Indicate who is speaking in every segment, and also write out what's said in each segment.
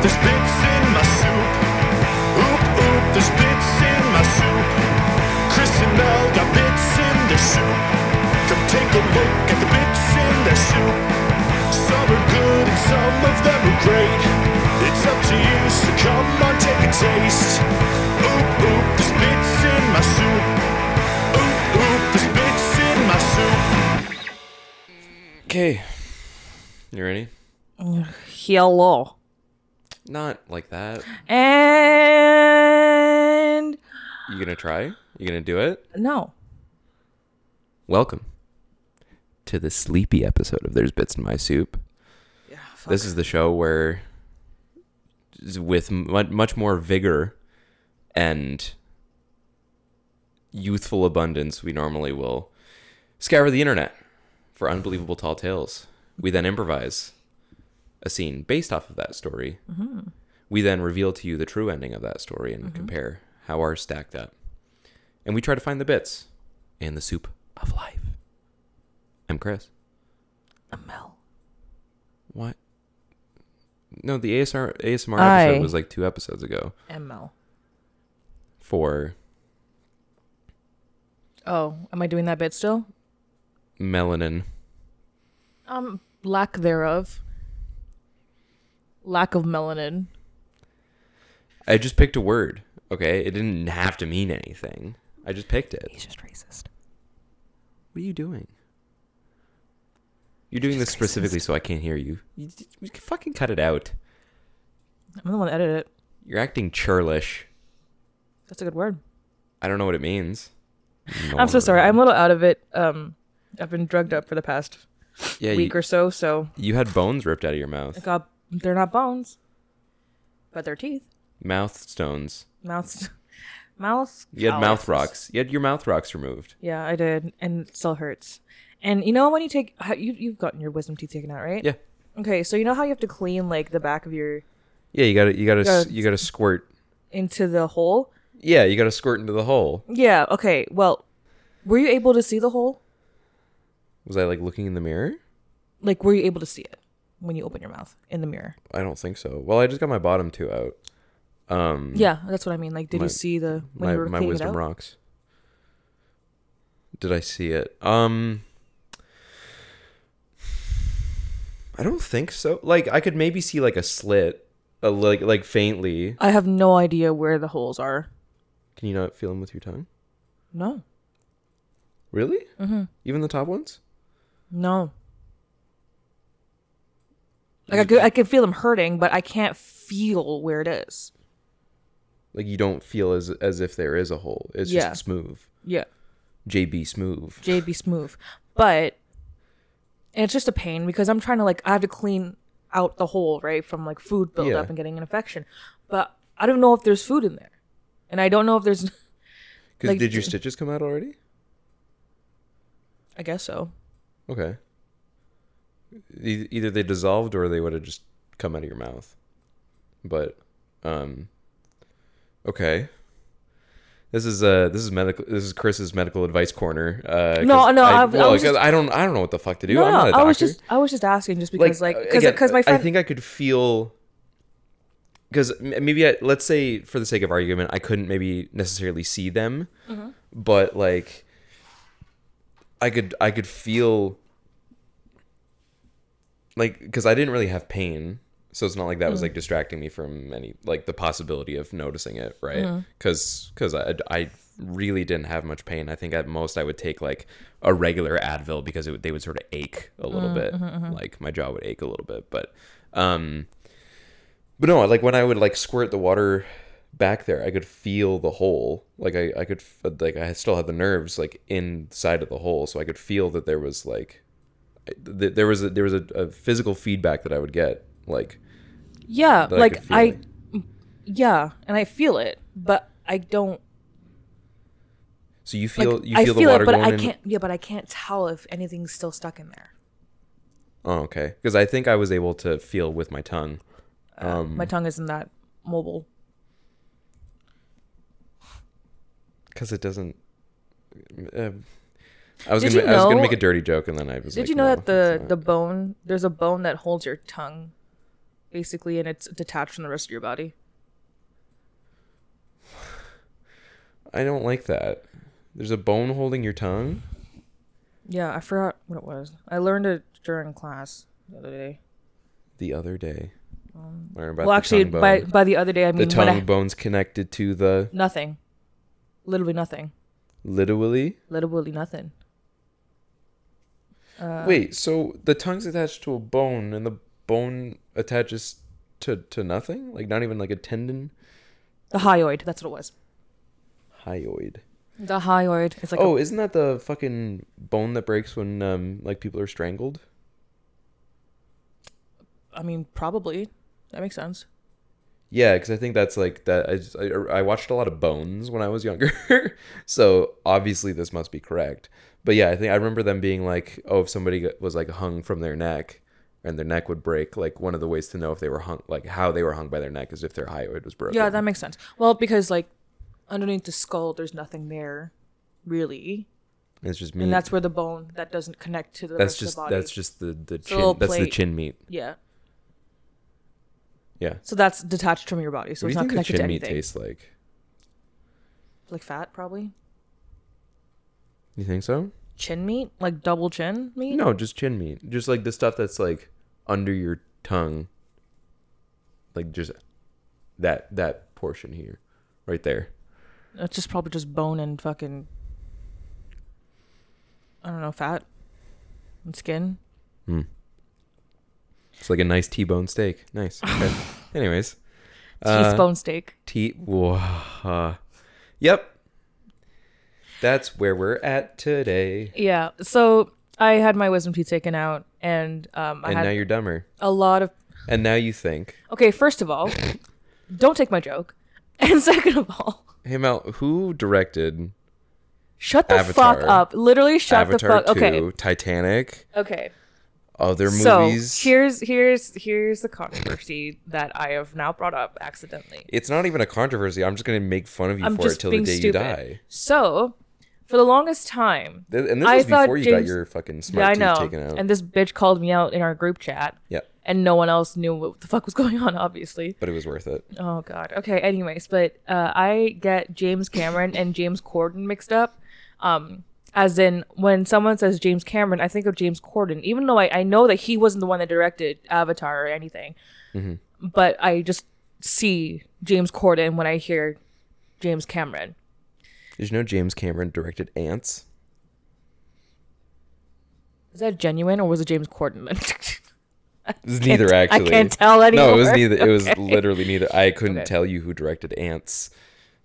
Speaker 1: there's bits in my soup. Oop, oop, there's bits in my soup. Chris and Mel got bits in their soup. Come take a look at the bits in their soup. Some are good and some of them are great. It's up to you, so come on, take a taste. Oop, oop, there's bits in my soup. Oop, oop, there's bits in my soup.
Speaker 2: Okay. You ready?
Speaker 3: Hello.
Speaker 2: Not like that.
Speaker 3: And
Speaker 2: You gonna try? You gonna do it?
Speaker 3: no.
Speaker 2: Welcome to the sleepy episode of There's Bits in My Soup.
Speaker 3: Yeah, fuck.
Speaker 2: This is the show where, s- with mu- much more vigor and youthful abundance, we normally will scour the internet for unbelievable tall tales. We then improvise a scene based off of that story.
Speaker 3: Mm-hmm.
Speaker 2: We then reveal to you the true ending of that story and compare how ours stacked up. And we try to find the bits in the soup of life. I'm Chris.
Speaker 3: Mel.
Speaker 2: What? No, the ASR ASMR
Speaker 3: Aye.
Speaker 2: episode was like two episodes ago
Speaker 3: ML.
Speaker 2: for
Speaker 3: Oh, am I doing that bit still?
Speaker 2: melanin.
Speaker 3: Um, lack thereof. Lack of melanin.
Speaker 2: I just picked a word. Okay, it didn't have to mean anything. I just picked it.
Speaker 3: He's just racist.
Speaker 2: What are you doing? You're doing this specifically so I can't hear you. You, d- you can fucking cut it out.
Speaker 3: I'm the one that edited it.
Speaker 2: You're acting churlish.
Speaker 3: That's a good word.
Speaker 2: I don't know what it means. No
Speaker 3: I'm so
Speaker 2: one-
Speaker 3: sorry. I'm a little out of it. Um, I've been drugged up for the past
Speaker 2: yeah, you,
Speaker 3: week or so, so
Speaker 2: you had bones ripped out of your
Speaker 3: I
Speaker 2: mouth.
Speaker 3: got they're not bones, but they're teeth.
Speaker 2: Mouth stones.
Speaker 3: Mouth, mouth.
Speaker 2: You had mouth
Speaker 3: calluses.
Speaker 2: rocks. You had your mouth rocks removed.
Speaker 3: Yeah, I did, and it still hurts. And you know when you take how- you you've gotten your wisdom teeth taken out, right?
Speaker 2: Yeah.
Speaker 3: Okay, so you know how you have to clean like the back of your
Speaker 2: Yeah, you gotta you gotta s
Speaker 3: Yeah.
Speaker 2: you gotta squirt
Speaker 3: into the hole.
Speaker 2: Yeah, you got to squirt into the hole.
Speaker 3: Yeah. Okay. Well, were you able to see the hole?
Speaker 2: Was I like looking in the mirror?
Speaker 3: Like, were you able to see it when you open your mouth in the mirror?
Speaker 2: I don't think so. Well, I just got my bottom two out. Um,
Speaker 3: Yeah, that's what I mean. Like, did
Speaker 2: My-
Speaker 3: you see the when
Speaker 2: my
Speaker 3: you were
Speaker 2: my
Speaker 3: cleaning it
Speaker 2: wisdom
Speaker 3: out?
Speaker 2: rocks. Did I see it? Um, I don't think so. Like I could maybe see like a slit, a, like like faintly.
Speaker 3: I have no idea where the holes are.
Speaker 2: Can you not feel them with your tongue?
Speaker 3: No.
Speaker 2: Really? Mm-hmm. Even the top ones?
Speaker 3: No. Like I could, I can feel them hurting, but I can't feel where it is.
Speaker 2: Like you don't feel as as if there is a hole. It's
Speaker 3: Yeah.
Speaker 2: just smooth.
Speaker 3: Yeah,
Speaker 2: JB smooth.
Speaker 3: JB Smooth, but and it's just a pain because I'm trying to like I have to clean out the hole right from like food buildup
Speaker 2: Yeah.
Speaker 3: and getting an infection, but I don't know if there's food in there, and I don't know if there's.
Speaker 2: Cause
Speaker 3: Like-
Speaker 2: did your stitches come out already?
Speaker 3: I guess so.
Speaker 2: Okay. E- either they dissolved or they would have just come out of your mouth. But um okay. This is uh this is medical this is Chris's medical advice corner. Uh 'cause
Speaker 3: No, no,
Speaker 2: I,
Speaker 3: I- I
Speaker 2: well,
Speaker 3: was
Speaker 2: 'cause
Speaker 3: just-
Speaker 2: I don't I don't know what the fuck to do.
Speaker 3: no,
Speaker 2: I'm
Speaker 3: no,
Speaker 2: not a
Speaker 3: I
Speaker 2: doctor.
Speaker 3: was just I was just asking just because like because
Speaker 2: uh, again,
Speaker 3: because my friend
Speaker 2: I think I could feel because maybe I, let's say for the sake of argument I couldn't maybe necessarily see them,
Speaker 3: Mm-hmm.
Speaker 2: but like I could I could feel like because I didn't really have pain, so it's not like that was like distracting me from any like the possibility of noticing it, right? Because because I I really didn't have much pain. I think at most I would take like a regular Advil because it would, they would sort of ache a little bit, like my jaw would ache a little bit, but um, but no, like when I would like squirt the water back there, I could feel the hole. Like I I could f- like I still had the nerves like inside of the hole, so I could feel that there was like th- there was a, there was a, a physical feedback that I would get. Like
Speaker 3: yeah
Speaker 2: I
Speaker 3: like
Speaker 2: could feel
Speaker 3: I,
Speaker 2: it.
Speaker 3: yeah and I feel it but I don't
Speaker 2: so you
Speaker 3: like,
Speaker 2: feel you
Speaker 3: I
Speaker 2: feel, the water
Speaker 3: it but
Speaker 2: going
Speaker 3: I
Speaker 2: in.
Speaker 3: can't yeah but I can't tell if anything's still stuck in there.
Speaker 2: Oh, okay. Because I think I was able to feel with my tongue. Um,
Speaker 3: my tongue isn't that mobile.
Speaker 2: Because it doesn't. Uh, I was
Speaker 3: Did
Speaker 2: gonna
Speaker 3: you
Speaker 2: I was gonna
Speaker 3: know-
Speaker 2: make a dirty joke and then I was.
Speaker 3: Did
Speaker 2: like,
Speaker 3: you know
Speaker 2: no,
Speaker 3: that the
Speaker 2: it's not.
Speaker 3: the bone there's a bone that holds your tongue? basically, and it's detached from the rest of your body.
Speaker 2: I don't like that. There's a bone holding your tongue.
Speaker 3: Yeah, I forgot what it was. I learned it during class the other day.
Speaker 2: the other day. Learn about
Speaker 3: Um, well,
Speaker 2: the
Speaker 3: actually,
Speaker 2: tongue bone.
Speaker 3: by by the other day, I
Speaker 2: the
Speaker 3: mean when
Speaker 2: tongue
Speaker 3: I,
Speaker 2: bone's connected to the
Speaker 3: nothing, literally nothing,
Speaker 2: literally.
Speaker 3: literally nothing.
Speaker 2: Wait, so the tongue's attached to a bone, and the bone attaches to to nothing, like not even like a tendon,
Speaker 3: The hyoid, that's what it was.
Speaker 2: hyoid.
Speaker 3: The hyoid. It's like a-
Speaker 2: oh, isn't that the fucking bone that breaks when um like people are strangled?
Speaker 3: I mean, probably that makes sense.
Speaker 2: Yeah, because I think that's like that. I, just, I I watched a lot of Bones when I was younger, so obviously this must be correct. But yeah, I think I remember them being like, oh, if somebody got- was like hung from their neck, and their neck would break, like one of the ways to know if they were hung, like how they were hung by their neck, is if their hyoid was broken.
Speaker 3: Yeah, that makes sense. Well, because like underneath the skull, there's nothing there, really,
Speaker 2: it's just meat.
Speaker 3: and that's where the bone that doesn't connect to the
Speaker 2: Mm. that's
Speaker 3: rest
Speaker 2: just
Speaker 3: of the body.
Speaker 2: that's just the the
Speaker 3: a
Speaker 2: chin.
Speaker 3: little
Speaker 2: That's the
Speaker 3: plate.
Speaker 2: chin meat.
Speaker 3: yeah.
Speaker 2: Yeah.
Speaker 3: So that's detached from your body, so
Speaker 2: What do
Speaker 3: it's
Speaker 2: you think
Speaker 3: not
Speaker 2: the
Speaker 3: connected to
Speaker 2: chin meat
Speaker 3: anything.
Speaker 2: tastes like?
Speaker 3: Like fat, probably.
Speaker 2: You think so?
Speaker 3: Chin meat, like double chin meat.
Speaker 2: No, just chin meat. Just like the stuff that's like under your tongue. Like just that that portion here. Right there.
Speaker 3: It's just probably just bone and fucking. I don't know, fat and skin.
Speaker 2: It's like a nice T-bone steak. Nice. Okay. Anyways, Uh,
Speaker 3: Cheese bone steak.
Speaker 2: T whoa. Yep. That's where we're at today.
Speaker 3: Yeah. So I had my wisdom teeth taken out, and um, I
Speaker 2: And now
Speaker 3: had
Speaker 2: you're dumber.
Speaker 3: a lot of.
Speaker 2: And now you think,
Speaker 3: Okay, first of all, don't take my joke, and second of all,
Speaker 2: "Hey Mel, who directed
Speaker 3: shut the fuck
Speaker 2: Avatar.
Speaker 3: up. Literally, shut
Speaker 2: Avatar
Speaker 3: the fuck.
Speaker 2: 2,
Speaker 3: Okay.
Speaker 2: Titanic,
Speaker 3: Okay.
Speaker 2: other
Speaker 3: So
Speaker 2: movies?"
Speaker 3: here's here's here's the controversy that I have now brought up accidentally.
Speaker 2: it's not even a controversy. I'm just going to make fun of you
Speaker 3: I'm
Speaker 2: for it
Speaker 3: just
Speaker 2: till the
Speaker 3: being
Speaker 2: day you
Speaker 3: stupid.
Speaker 2: die.
Speaker 3: So, for the longest time,
Speaker 2: Th- And this
Speaker 3: I
Speaker 2: was
Speaker 3: thought
Speaker 2: before you got
Speaker 3: James-
Speaker 2: your fucking
Speaker 3: yeah, I
Speaker 2: smart teeth
Speaker 3: know,
Speaker 2: taken out.
Speaker 3: and this bitch called me out in our group chat,
Speaker 2: yeah,
Speaker 3: and no one else knew what the fuck was going on. Obviously.
Speaker 2: but it was worth it.
Speaker 3: Oh God. Okay. Anyways, but uh, I get James Cameron and James Corden mixed up. Um, as in, when someone says James Cameron, I think of James Corden, even though I, I know that he wasn't the one that directed Avatar or anything. But I just see James Corden when I hear James Cameron.
Speaker 2: Did you know James Cameron directed Ants?
Speaker 3: Is that genuine or was it James Corden?
Speaker 2: It was neither
Speaker 3: I
Speaker 2: actually.
Speaker 3: can't tell anymore.
Speaker 2: No, it was neither. It was
Speaker 3: Okay.
Speaker 2: literally neither. I couldn't
Speaker 3: Okay.
Speaker 2: tell you who directed Ants,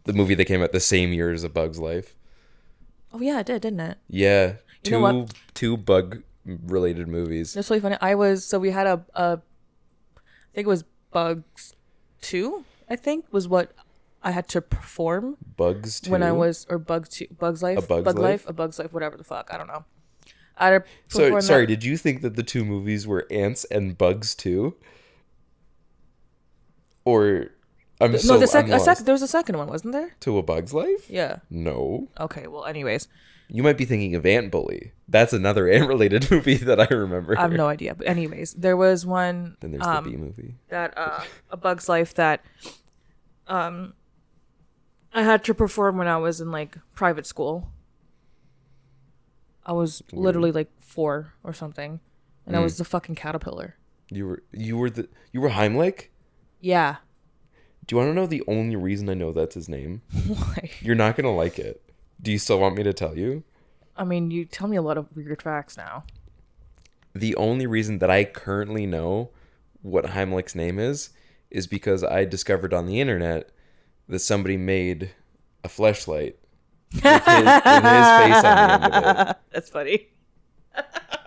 Speaker 2: the movie that came out the same year as A Bug's Life.
Speaker 3: oh yeah, it did, didn't it?
Speaker 2: Yeah,
Speaker 3: You
Speaker 2: two
Speaker 3: know what?
Speaker 2: two bug related movies.
Speaker 3: That's really funny. I was so we had a, a I think it was Bugs Two. I think was what I had to perform
Speaker 2: Bugs two.
Speaker 3: when I was or Bug Two, Bugs Life,
Speaker 2: A Bug's
Speaker 3: Bug
Speaker 2: Life?
Speaker 3: a Bugs Life, whatever the fuck. I don't know. I had to
Speaker 2: So,
Speaker 3: perform
Speaker 2: sorry,
Speaker 3: that-
Speaker 2: did you think that the two movies were Ants and Bugs Two? Or I'm so
Speaker 3: no, the second,
Speaker 2: I'm
Speaker 3: a sec-
Speaker 2: lost.
Speaker 3: there was a second one, wasn't there?
Speaker 2: to a Bug's Life?
Speaker 3: Yeah.
Speaker 2: No,
Speaker 3: Okay. Well, anyways,
Speaker 2: you might be thinking of Ant Bully. That's another ant-related movie that I remember.
Speaker 3: I have no idea. But anyways, there was one
Speaker 2: Then there's
Speaker 3: um,
Speaker 2: the B movie.
Speaker 3: that uh, a Bug's Life that um I had to perform when I was in like private school. I was literally like four or something, and
Speaker 2: Hmm.
Speaker 3: I was the fucking caterpillar.
Speaker 2: You were you were the you were Heimlich.
Speaker 3: Yeah,
Speaker 2: Do you want to know the only reason I know that's his name?
Speaker 3: Why?
Speaker 2: You're not gonna like it. Do you still want me to tell you?
Speaker 3: I mean, you tell me a lot of weird facts now.
Speaker 2: The only reason that I currently know what Heimlich's name is is because I discovered on the internet that somebody made a fleshlight with his, with his face on the end of it.
Speaker 3: That's funny.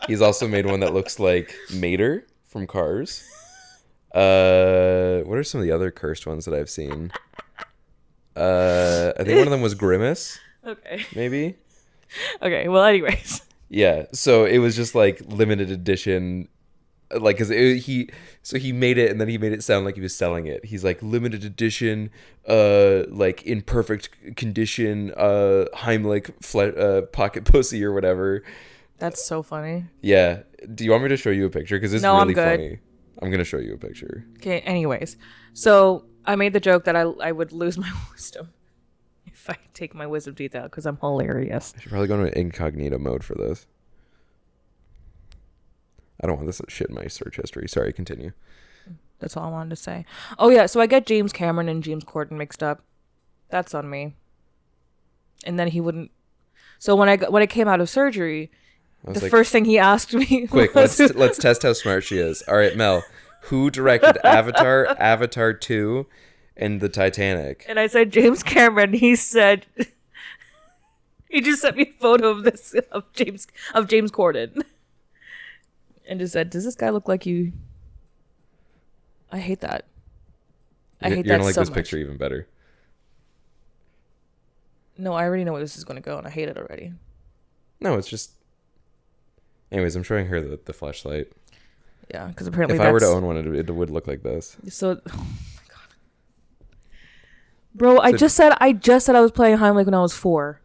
Speaker 2: He's also made one that looks like Mater from Cars. Uh, what are some of the other cursed ones that I've seen? Uh, I think one of them was Grimace,
Speaker 3: Okay.
Speaker 2: maybe.
Speaker 3: Okay. Well, anyways,
Speaker 2: Yeah, so it was just like limited edition, like because he so he made it and then he made it sound like he was selling it. He's like limited edition, uh, like in perfect condition, uh, Heimlich fle- uh, pocket pussy or whatever.
Speaker 3: that's so funny.
Speaker 2: Yeah. Do you want me to show you a picture? Because it's
Speaker 3: No, I'm
Speaker 2: really
Speaker 3: good.
Speaker 2: funny. I'm gonna show you a picture.
Speaker 3: Okay, anyways. So I made the joke that I, I would lose my wisdom if I take my wisdom teeth out because I'm hilarious.
Speaker 2: I should probably go into incognito mode for this. I don't want this shit in my search history. Sorry, continue.
Speaker 3: That's all I wanted to say. Oh, yeah. So I get James Cameron and James Corden mixed up. That's on me. And then he wouldn't. So when I, got, when I came out of surgery,
Speaker 2: I was
Speaker 3: the
Speaker 2: like,
Speaker 3: first thing he asked me
Speaker 2: quick,
Speaker 3: was,
Speaker 2: let's let's test how smart she is. All right, Mel, who directed Avatar, Avatar Two, and the Titanic?
Speaker 3: and I said James Cameron. He said he just sent me a photo of this of James of James Corden, and just said, "Does this guy look like you?" I hate that. I
Speaker 2: You're-
Speaker 3: hate
Speaker 2: You're
Speaker 3: that
Speaker 2: gonna like
Speaker 3: so
Speaker 2: this
Speaker 3: much.
Speaker 2: picture even better.
Speaker 3: No, I already know where this is going to go, and I hate it already.
Speaker 2: No, it's just. Anyways, I'm showing her the, the flashlight.
Speaker 3: Yeah, because apparently
Speaker 2: If
Speaker 3: that's
Speaker 2: I were to own one, it, it would look like this.
Speaker 3: so. Oh my god, bro! I just said I just said I was playing Heimlich when I was four.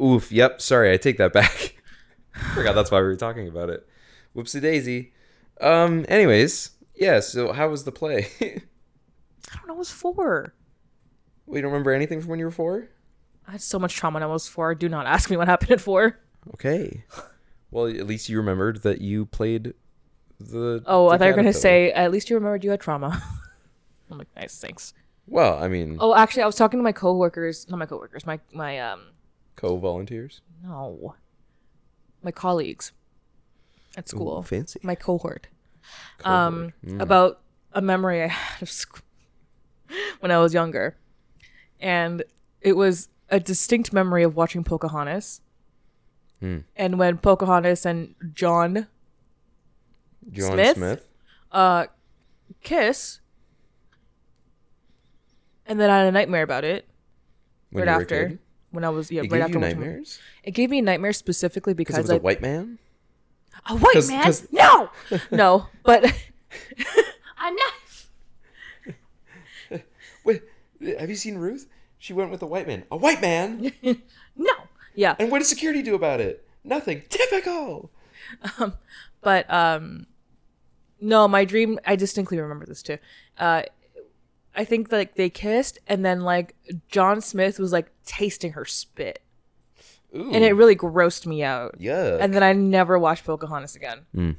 Speaker 2: Oof. Yep. Sorry, I take that back. Forgot that's why we were talking about it. Whoopsie daisy. Um. Anyways, yeah. So how was the play?
Speaker 3: I don't know, I was four.
Speaker 2: we don't remember anything from when you were four.
Speaker 3: I had so much trauma when I was four. Do not ask me what happened at four.
Speaker 2: Okay. Well, at least you remembered that you played the.
Speaker 3: Oh, I
Speaker 2: the
Speaker 3: thought you were gonna
Speaker 2: caterpillar.
Speaker 3: say at least you remembered you had trauma. I'm like, nice, thanks.
Speaker 2: Well, I mean,
Speaker 3: Oh, actually, I was talking to my coworkers, not my coworkers, my my um,
Speaker 2: co-volunteers.
Speaker 3: no, my colleagues at school,
Speaker 2: fancy.
Speaker 3: my cohort, um, about a memory I had of school when I was younger, and it was a distinct memory of watching Pocahontas.
Speaker 2: Hmm.
Speaker 3: And when Pocahontas and John
Speaker 2: John
Speaker 3: Smith?
Speaker 2: Smith.
Speaker 3: uh, kiss, and then I had a nightmare about it
Speaker 2: When you
Speaker 3: right
Speaker 2: were a
Speaker 3: after
Speaker 2: kid?
Speaker 3: when I was yeah
Speaker 2: It
Speaker 3: right
Speaker 2: gave
Speaker 3: after
Speaker 2: you
Speaker 3: watching-
Speaker 2: nightmares
Speaker 3: It gave me a nightmare specifically
Speaker 2: because it
Speaker 3: because
Speaker 2: was
Speaker 3: I,
Speaker 2: a white man.
Speaker 3: a white
Speaker 2: 'cause-
Speaker 3: man.
Speaker 2: 'cause-
Speaker 3: No, no, but a knife.
Speaker 2: Wait, have you seen Ruth? She went with a white man. A white man.
Speaker 3: No, yeah,
Speaker 2: and what did security do about it? Nothing. Typical.
Speaker 3: but um, no, my dream. I distinctly remember this too. Uh, I think like they kissed, and then like John Smith was like tasting her spit,
Speaker 2: Ooh.
Speaker 3: and it really grossed me out.
Speaker 2: yeah.
Speaker 3: and then I never watched Pocahontas again.
Speaker 2: Hmm.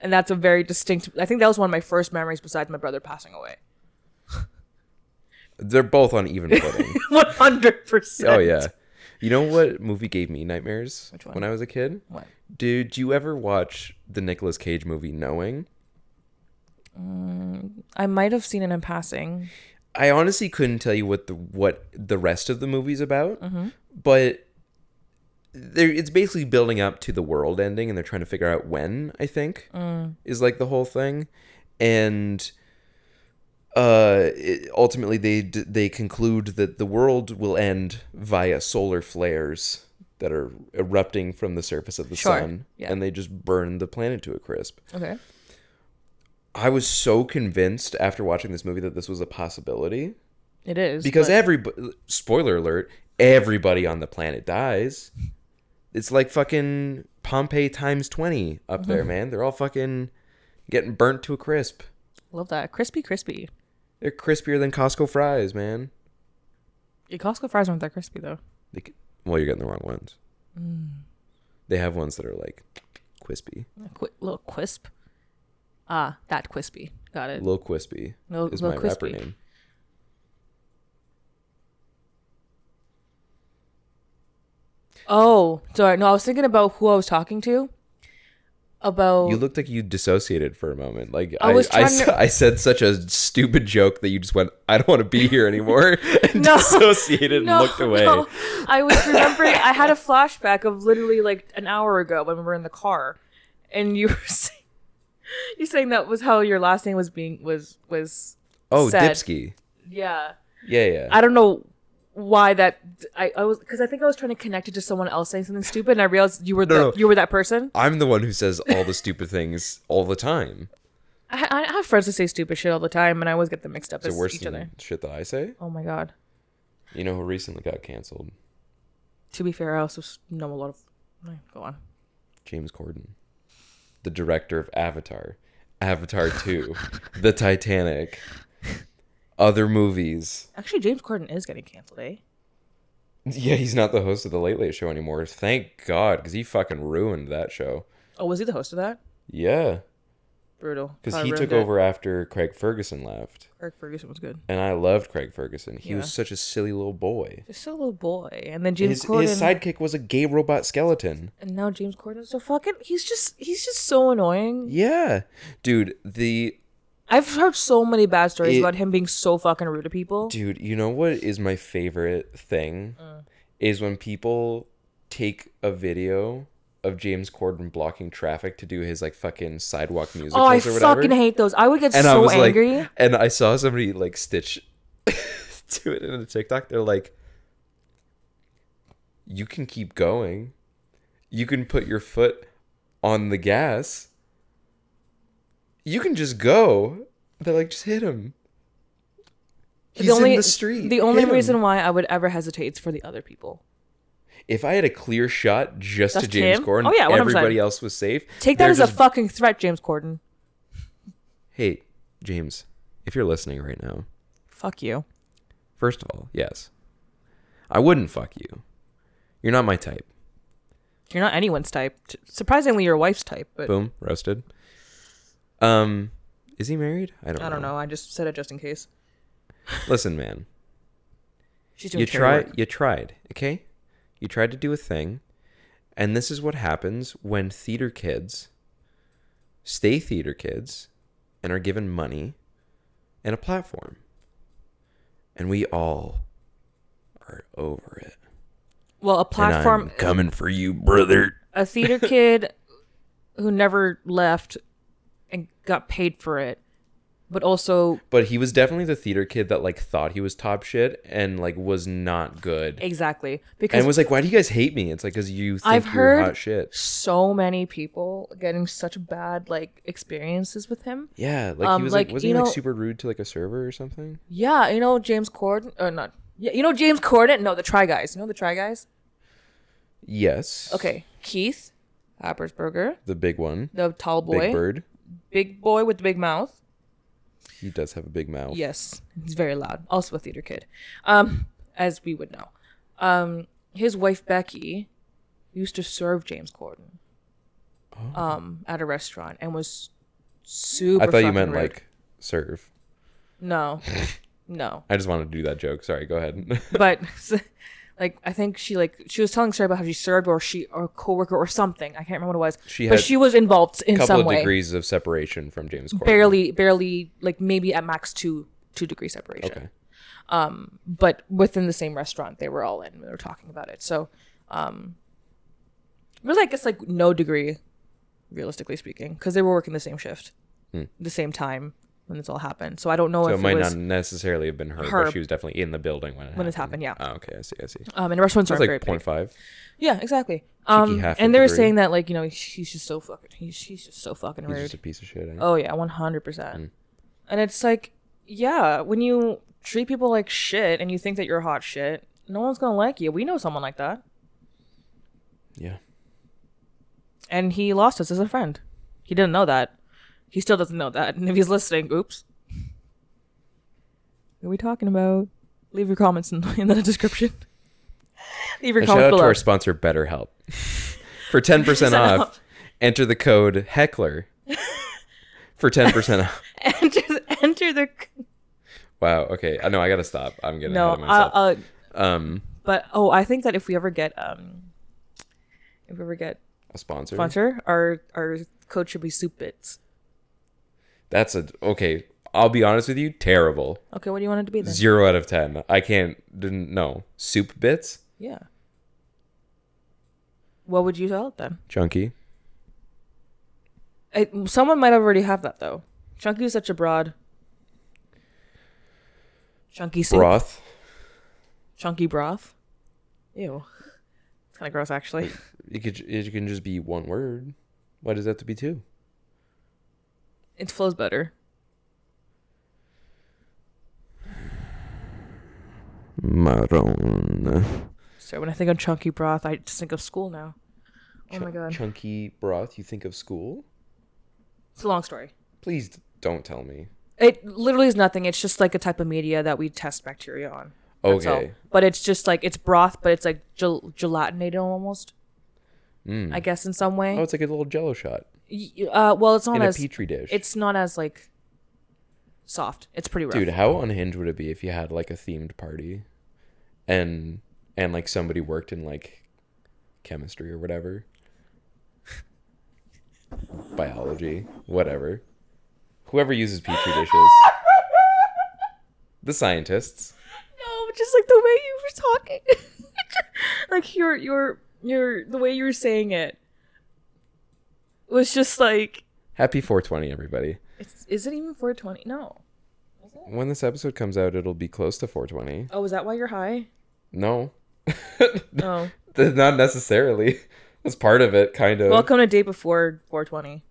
Speaker 3: And that's a very distinct. I think that was one of my first memories, besides my brother passing away.
Speaker 2: They're both on even footing.
Speaker 3: One hundred percent.
Speaker 2: oh yeah. You know what movie gave me nightmares
Speaker 3: Which one?
Speaker 2: when I was a kid?
Speaker 3: What?
Speaker 2: Did you ever watch the Nicolas Cage movie Knowing?
Speaker 3: I might have seen it in passing.
Speaker 2: I honestly couldn't tell you what the what the rest of the movie's about,
Speaker 3: Mm-hmm.
Speaker 2: but there it's basically building up to the world ending, and they're trying to figure out when. I think
Speaker 3: Mm.
Speaker 2: is like the whole thing, and uh, it, ultimately they d- they conclude that the world will end via solar flares that are erupting from the surface of the
Speaker 3: Sure.
Speaker 2: sun,
Speaker 3: Yeah.
Speaker 2: and they just burn the planet to a crisp.
Speaker 3: Okay.
Speaker 2: I was so convinced after watching this movie that this was a possibility
Speaker 3: It is
Speaker 2: because
Speaker 3: but-
Speaker 2: every spoiler alert everybody on the planet dies it's like fucking pompeii times 20 up there
Speaker 3: Mm-hmm.
Speaker 2: man they're all fucking getting burnt to a crisp
Speaker 3: love that crispy, crispy.
Speaker 2: they're crispier than costco fries man
Speaker 3: Your Costco fries aren't that crispy though.
Speaker 2: they, c- well you're getting the wrong ones
Speaker 3: Mm.
Speaker 2: they have ones that are like crispy
Speaker 3: A qu- little quisp. Ah, that crispy. Got it.
Speaker 2: lil crispy
Speaker 3: Lil-
Speaker 2: is
Speaker 3: Lil
Speaker 2: my
Speaker 3: Crispy.
Speaker 2: rapper name
Speaker 3: Oh, sorry. No, I was thinking about who I was talking to. About
Speaker 2: you looked like you dissociated for a moment like
Speaker 3: I
Speaker 2: i
Speaker 3: was
Speaker 2: I,
Speaker 3: trying to-
Speaker 2: s- I said such a stupid joke that you just went i don't want to be here anymore and
Speaker 3: No.
Speaker 2: dissociated and looked away
Speaker 3: no. I was remembering. I had a flashback of literally like an hour ago when we were in the car, and you were saying, you saying that was how your last name was being was was
Speaker 2: oh
Speaker 3: said.
Speaker 2: dipsky
Speaker 3: yeah.
Speaker 2: Yeah, yeah.
Speaker 3: I don't know why that I, I was because I think I was trying to connect it to someone else saying something stupid, and I realized you were the,
Speaker 2: no.
Speaker 3: you were that person.
Speaker 2: I'm the one who says all the stupid things all the time.
Speaker 3: I, I have friends that say stupid shit all the time, and I always get them mixed up
Speaker 2: It's
Speaker 3: as
Speaker 2: the worst
Speaker 3: each other.
Speaker 2: shit that I say.
Speaker 3: Oh my god.
Speaker 2: You know who recently got canceled?
Speaker 3: To be fair, I also s- know a lot of. Go on.
Speaker 2: James Corden, the director of Avatar. Avatar 2, The Titanic, other movies.
Speaker 3: Actually, James Corden is getting canceled, eh?
Speaker 2: Yeah, he's not the host of The Late Late Show anymore. Thank God, because he fucking ruined that show.
Speaker 3: Oh, was he the host of that?
Speaker 2: Yeah,
Speaker 3: Brutal.
Speaker 2: because
Speaker 3: Thought I
Speaker 2: he took
Speaker 3: ruined it.
Speaker 2: over after Craig Ferguson left.
Speaker 3: Eric Ferguson was good.
Speaker 2: And I loved Craig Ferguson. He
Speaker 3: Yeah.
Speaker 2: was such a silly little boy.
Speaker 3: Just a little boy, and then James
Speaker 2: His,
Speaker 3: Corden.
Speaker 2: his sidekick was a gay robot skeleton.
Speaker 3: and now James Corden's so fucking. He's just he's just so annoying.
Speaker 2: Yeah. Dude, the
Speaker 3: I've heard so many bad stories
Speaker 2: It-
Speaker 3: about him being so fucking rude to people.
Speaker 2: Dude, you know what is my favorite thing?
Speaker 3: Uh.
Speaker 2: Is when people take a video of James Corden blocking traffic to do his like fucking sidewalk musicals
Speaker 3: oh, I
Speaker 2: or whatever.
Speaker 3: fucking hate those. I would get
Speaker 2: and I
Speaker 3: so
Speaker 2: was
Speaker 3: angry.
Speaker 2: like and I saw somebody like stitch to it in a TikTok. They're like you can keep going. You can put your foot on the gas. You can just go. They're like just hit him. He's in the street.
Speaker 3: The only
Speaker 2: Hit him.
Speaker 3: reason why I would ever hesitate is for the other people.
Speaker 2: if I had a clear shot just
Speaker 3: Just
Speaker 2: to James
Speaker 3: him?
Speaker 2: Corden,
Speaker 3: Oh, yeah, 100%.
Speaker 2: everybody else was safe.
Speaker 3: Take that
Speaker 2: They're
Speaker 3: as a
Speaker 2: just-
Speaker 3: fucking threat, James Corden.
Speaker 2: Hey, James, if you're listening right now,
Speaker 3: Fuck you.
Speaker 2: first of all, yes, I wouldn't fuck you. You're not my type.
Speaker 3: You're not anyone's type. T- Surprisingly, your wife's type, but
Speaker 2: Boom, roasted. Um, is he married? I don't.
Speaker 3: I don't know. I just said it just in case.
Speaker 2: Listen, man,
Speaker 3: She's doing
Speaker 2: you
Speaker 3: charity
Speaker 2: try.
Speaker 3: work.
Speaker 2: You tried. Okay, you tried to do a thing, and this is what happens when theater kids stay theater kids and are given money and a platform. And we all are over it.
Speaker 3: Well, a
Speaker 2: And
Speaker 3: platform
Speaker 2: I'm coming for you, brother.
Speaker 3: a theater kid who never left and got paid for it, but also
Speaker 2: But he was definitely the theater kid that like thought he was top shit and like was not good.
Speaker 3: exactly because
Speaker 2: And was like, why do you guys hate me? It's like, because you think
Speaker 3: I've
Speaker 2: you're
Speaker 3: heard
Speaker 2: hot shit.
Speaker 3: so many people getting such bad like experiences with him.
Speaker 2: Yeah. Like,
Speaker 3: Um,
Speaker 2: he was like,
Speaker 3: like,
Speaker 2: wasn't
Speaker 3: you
Speaker 2: he like
Speaker 3: know-
Speaker 2: super rude to like a server or something?
Speaker 3: Yeah, you know James Corden or not? Yeah, you know James Corden? No, the Try Guys. You know the Try Guys?
Speaker 2: Yes.
Speaker 3: Okay, Keith Appersberger,
Speaker 2: The big one.
Speaker 3: the tall boy,
Speaker 2: Big Bird.
Speaker 3: big boy with the big mouth.
Speaker 2: He does have a big mouth.
Speaker 3: Yes, he's very loud. Also a theater kid, um, as we would know. Um, his wife Becky used to serve James Corden, um, at a restaurant and was super.
Speaker 2: Oh. I thought you
Speaker 3: fucking
Speaker 2: meant
Speaker 3: rude.
Speaker 2: like serve.
Speaker 3: no, no,
Speaker 2: I just wanted to do that joke. Sorry. Go ahead.
Speaker 3: but like I think she like she was telling Sarah about how she served or she or a coworker or something. I can't remember what it was.
Speaker 2: She
Speaker 3: but
Speaker 2: had
Speaker 3: she was involved in
Speaker 2: couple
Speaker 3: some
Speaker 2: of
Speaker 3: way.
Speaker 2: degrees of separation from James Corden.
Speaker 3: Barely, barely, like maybe at max two two degree separation. Um,
Speaker 2: Okay.
Speaker 3: but within the same restaurant they were all in. They were talking about it. So, um, really, I guess like no degree, realistically speaking, because they were working the same shift, the same time when this all happened. So I don't know
Speaker 2: Hmm. So it
Speaker 3: if
Speaker 2: might
Speaker 3: it was
Speaker 2: not necessarily have been her,
Speaker 3: her-
Speaker 2: but she was definitely in the building when it
Speaker 3: when
Speaker 2: happened.
Speaker 3: this happened. Yeah.
Speaker 2: Oh, okay. I see. I see.
Speaker 3: Um, and restaurants
Speaker 2: It's
Speaker 3: aren't very
Speaker 2: like
Speaker 3: big.
Speaker 2: point five.
Speaker 3: Yeah, exactly. Um,
Speaker 2: half
Speaker 3: and
Speaker 2: a
Speaker 3: they were
Speaker 2: degree.
Speaker 3: saying that like you know he's just so fucking he's he's just so fucking
Speaker 2: He's
Speaker 3: rude.
Speaker 2: just a piece of shit. eh?
Speaker 3: Oh yeah, one hundred
Speaker 2: Mm.
Speaker 3: percent. And it's like, yeah, when you treat people like shit and you think that you're hot shit, no one's gonna like you. We know someone like that,
Speaker 2: Yeah.
Speaker 3: and he lost us as a friend. He didn't know that. He still doesn't know that. And if he's listening, oops. What are we talking about? Leave your comments in, in the description. Leave your
Speaker 2: And shout
Speaker 3: comments
Speaker 2: out to
Speaker 3: below.
Speaker 2: our sponsor, BetterHelp. For 10% off,
Speaker 3: off.
Speaker 2: enter the code HECKLER for 10% off.
Speaker 3: enter, enter the
Speaker 2: Wow. Okay. Uh, I know. I got to stop. I'm getting
Speaker 3: no.
Speaker 2: ahead of myself.
Speaker 3: Uh, uh,
Speaker 2: um,
Speaker 3: but oh, I think that if we ever get um, if we ever get
Speaker 2: a sponsor?
Speaker 3: sponsor. Our our code should be soup bits.
Speaker 2: That's a. Okay. I'll be honest with you. Terrible.
Speaker 3: Okay, what do you want it to be then?
Speaker 2: Zero out of 10. I can't. Didn't know. Soup bits?
Speaker 3: Yeah. What would you call it then?
Speaker 2: Chunky.
Speaker 3: I, someone might already have that though. Chunky is such a broad. Chunky soup.
Speaker 2: Broth.
Speaker 3: Chunky broth. Ew. It's kind of gross actually.
Speaker 2: It, could, it can just be one word. Why does it have to be two?
Speaker 3: It flows better.
Speaker 2: Maroon.
Speaker 3: So when I think of chunky broth, I just think of school now. Oh my god.
Speaker 2: Chunky broth. You think of school?
Speaker 3: It's a long story.
Speaker 2: Please don't tell me.
Speaker 3: It literally is nothing. It's just like a type of media that we test bacteria on. That's all.
Speaker 2: Okay.
Speaker 3: But it's just like it's broth, but it's like gel- gelatinated almost. I guess in some way.
Speaker 2: Oh, it's like a little Jello shot
Speaker 3: Y- y- Uh, well, it's not
Speaker 2: in a
Speaker 3: as
Speaker 2: petri dish.
Speaker 3: it's not as like soft. It's pretty rough.
Speaker 2: Dude, how unhinged would it be if you had like a themed party, and and like somebody worked in like chemistry or whatever, biology, whatever, whoever uses petri dishes, the scientists.
Speaker 3: No, but just like the way you were talking, like your your your the way you were saying it was just like.
Speaker 2: Happy 420, everybody.
Speaker 3: It's, is it even 420? No.
Speaker 2: When this episode comes out, it'll be close to 420.
Speaker 3: Oh, is that why you're high?
Speaker 2: No,
Speaker 3: Oh.
Speaker 2: not necessarily. That's part of it, kind of.
Speaker 3: Welcome to day before 420.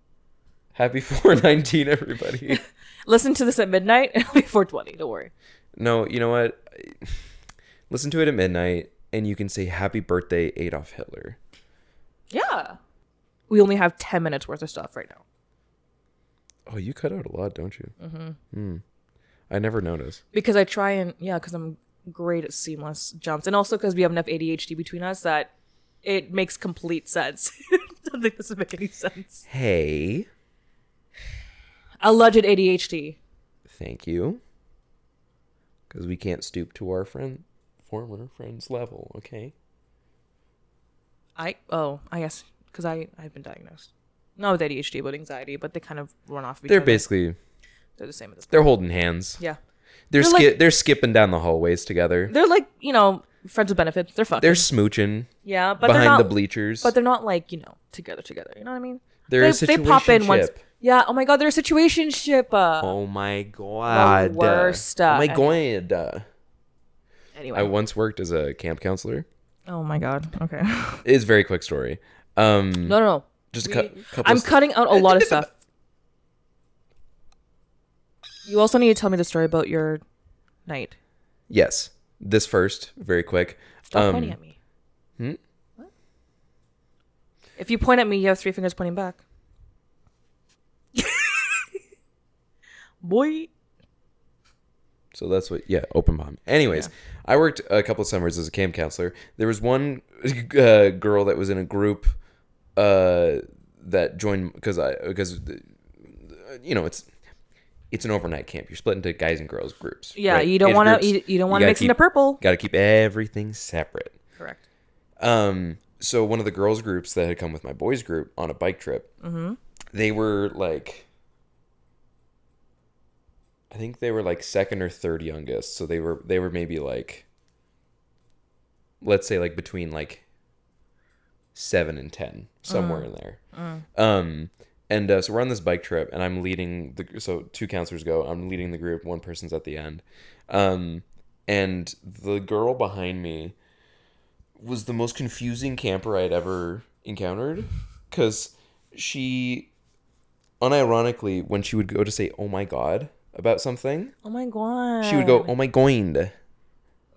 Speaker 2: Happy 419, everybody.
Speaker 3: Listen to this at midnight. It'll be 420. Don't worry.
Speaker 2: No, you know what? Listen to it at midnight, and you can say "Happy Birthday, Adolf Hitler."
Speaker 3: Yeah. We only have 10 minutes worth of stuff right now.
Speaker 2: Oh, you cut out a lot, don't you? Mm-hmm. I never noticed.
Speaker 3: Because I try and, yeah, because I'm great at seamless jumps. And also because we have enough ADHD between us that it makes complete sense. Doesn't think this would make any sense.
Speaker 2: Hey,
Speaker 3: Alleged ADHD.
Speaker 2: thank you. Because we can't stoop to our friend, former friend's level. Okay.
Speaker 3: I, oh, I guess because I, I've been diagnosed. Not with ADHD, but anxiety, but they kind of run off of each
Speaker 2: They're
Speaker 3: other.
Speaker 2: basically
Speaker 3: They're the same at this point.
Speaker 2: they're holding hands.
Speaker 3: Yeah.
Speaker 2: They're
Speaker 3: They're
Speaker 2: they're,
Speaker 3: like-
Speaker 2: ski- they're skipping down the hallways together.
Speaker 3: They're like, you know, friends with benefits. They're fucking.
Speaker 2: They're smooching
Speaker 3: yeah, but
Speaker 2: behind
Speaker 3: they're not,
Speaker 2: the bleachers.
Speaker 3: But they're not like, you know, together, together. You know what I mean?
Speaker 2: They're a situationship.
Speaker 3: Yeah. Oh my God, they're a situation ship. Uh,
Speaker 2: oh my god!
Speaker 3: worst,
Speaker 2: oh my
Speaker 3: uh,
Speaker 2: god!
Speaker 3: anyway.
Speaker 2: I once worked as a camp counselor.
Speaker 3: oh my God. Okay.
Speaker 2: It's a very quick story. Um,
Speaker 3: no, no, no.
Speaker 2: just a
Speaker 3: We-
Speaker 2: cou- couple.
Speaker 3: I'm
Speaker 2: of st-
Speaker 3: cutting out a lot of stuff. You also need to tell me the story about your night.
Speaker 2: yes, this first, very quick.
Speaker 3: Stop
Speaker 2: Um, hmm?
Speaker 3: pointing at me. What? If you point at me, you have three fingers pointing back. Boy.
Speaker 2: So that's what, yeah, open bomb. Anyways, I worked a couple of summers as a camp counselor. There was one uh, girl that was in a group uh, that joined because I because you know it's it's an overnight camp. You're split into guys and girls groups.
Speaker 3: Yeah,
Speaker 2: right?
Speaker 3: you don't
Speaker 2: Age
Speaker 3: want to.
Speaker 2: groups.
Speaker 3: You, you don't want to
Speaker 2: gotta
Speaker 3: mix into
Speaker 2: keep-
Speaker 3: purple.
Speaker 2: Got to keep everything separate.
Speaker 3: Correct.
Speaker 2: Um, so one of the girls' groups that had come with my boys' group on a bike trip, they were like, I think they were like second or third youngest. So they were they were maybe like, let's say like between like seven and ten, somewhere in there. Um, and uh, so we're on this bike trip, and I'm leading the so two counselors go. I'm leading the group. One person's at the end. Um, and the girl behind me was the most confusing camper I'd ever encountered because she, unironically, when she would go to say, oh my god, about something,
Speaker 3: Oh my god.
Speaker 2: she would go, oh my goind.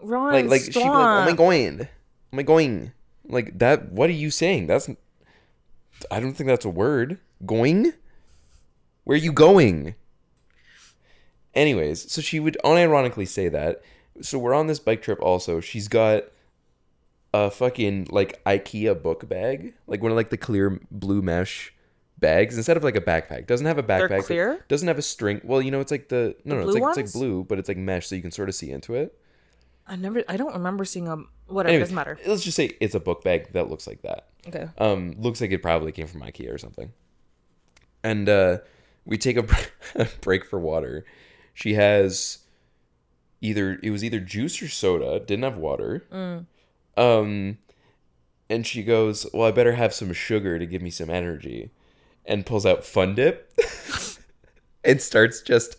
Speaker 3: Ron,
Speaker 2: Like, like she'd be like, oh my
Speaker 3: stop."
Speaker 2: goind. Oh my going. Like, that, what are you saying? That's, I don't think that's a word. Going? Where are you going? Anyways, so she would unironically say that. So we're on this bike trip also. She's got a fucking like IKEA book bag, like one of like the clear blue mesh bags instead of like a backpack. Doesn't have a backpack. so it
Speaker 3: clear?
Speaker 2: Doesn't have a string. Well, you know it's like the no no it's
Speaker 3: blue
Speaker 2: like, it's like
Speaker 3: ones?
Speaker 2: blue, but it's like mesh, so you can sort of see into it.
Speaker 3: I never. I don't remember seeing a whatever.
Speaker 2: Anyway,
Speaker 3: doesn't matter.
Speaker 2: Let's just say it's a book bag that looks like that.
Speaker 3: Okay.
Speaker 2: Um, looks like it probably came from IKEA or something. And uh, we take a, br- a break for water. She has either it was either juice or soda. Didn't have water.
Speaker 3: Mm.
Speaker 2: Um, and she goes, "Well, I better have some sugar to give me some energy," and pulls out Fun Dip and starts just,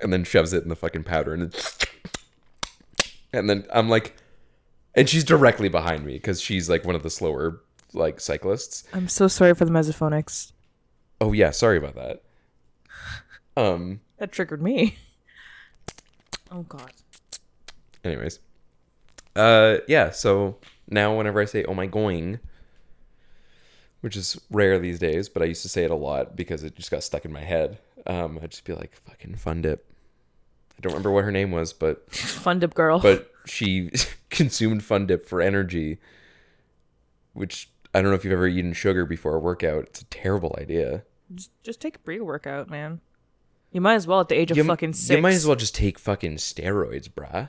Speaker 2: and then shoves it in the fucking powder and. Then and then I'm like, and she's directly behind me because she's like one of the slower like cyclists.
Speaker 3: I'm so sorry for the mesophonics.
Speaker 2: Oh yeah, sorry about that. Um.
Speaker 3: That triggered me. Oh god.
Speaker 2: Anyways, uh, yeah. So now whenever I say "oh my going," which is rare these days, but I used to say it a lot because it just got stuck in my head. Um, I'd just be like, fucking fun dip. I don't remember what her name was, but
Speaker 3: Fun dip girl.
Speaker 2: but she consumed fun dip for energy, which I don't know if you've ever eaten sugar before a workout. It's a terrible idea.
Speaker 3: Just take a pre-workout, man. You might as well at the age of
Speaker 2: You,
Speaker 3: fucking six.
Speaker 2: you might as well just take fucking steroids, brah.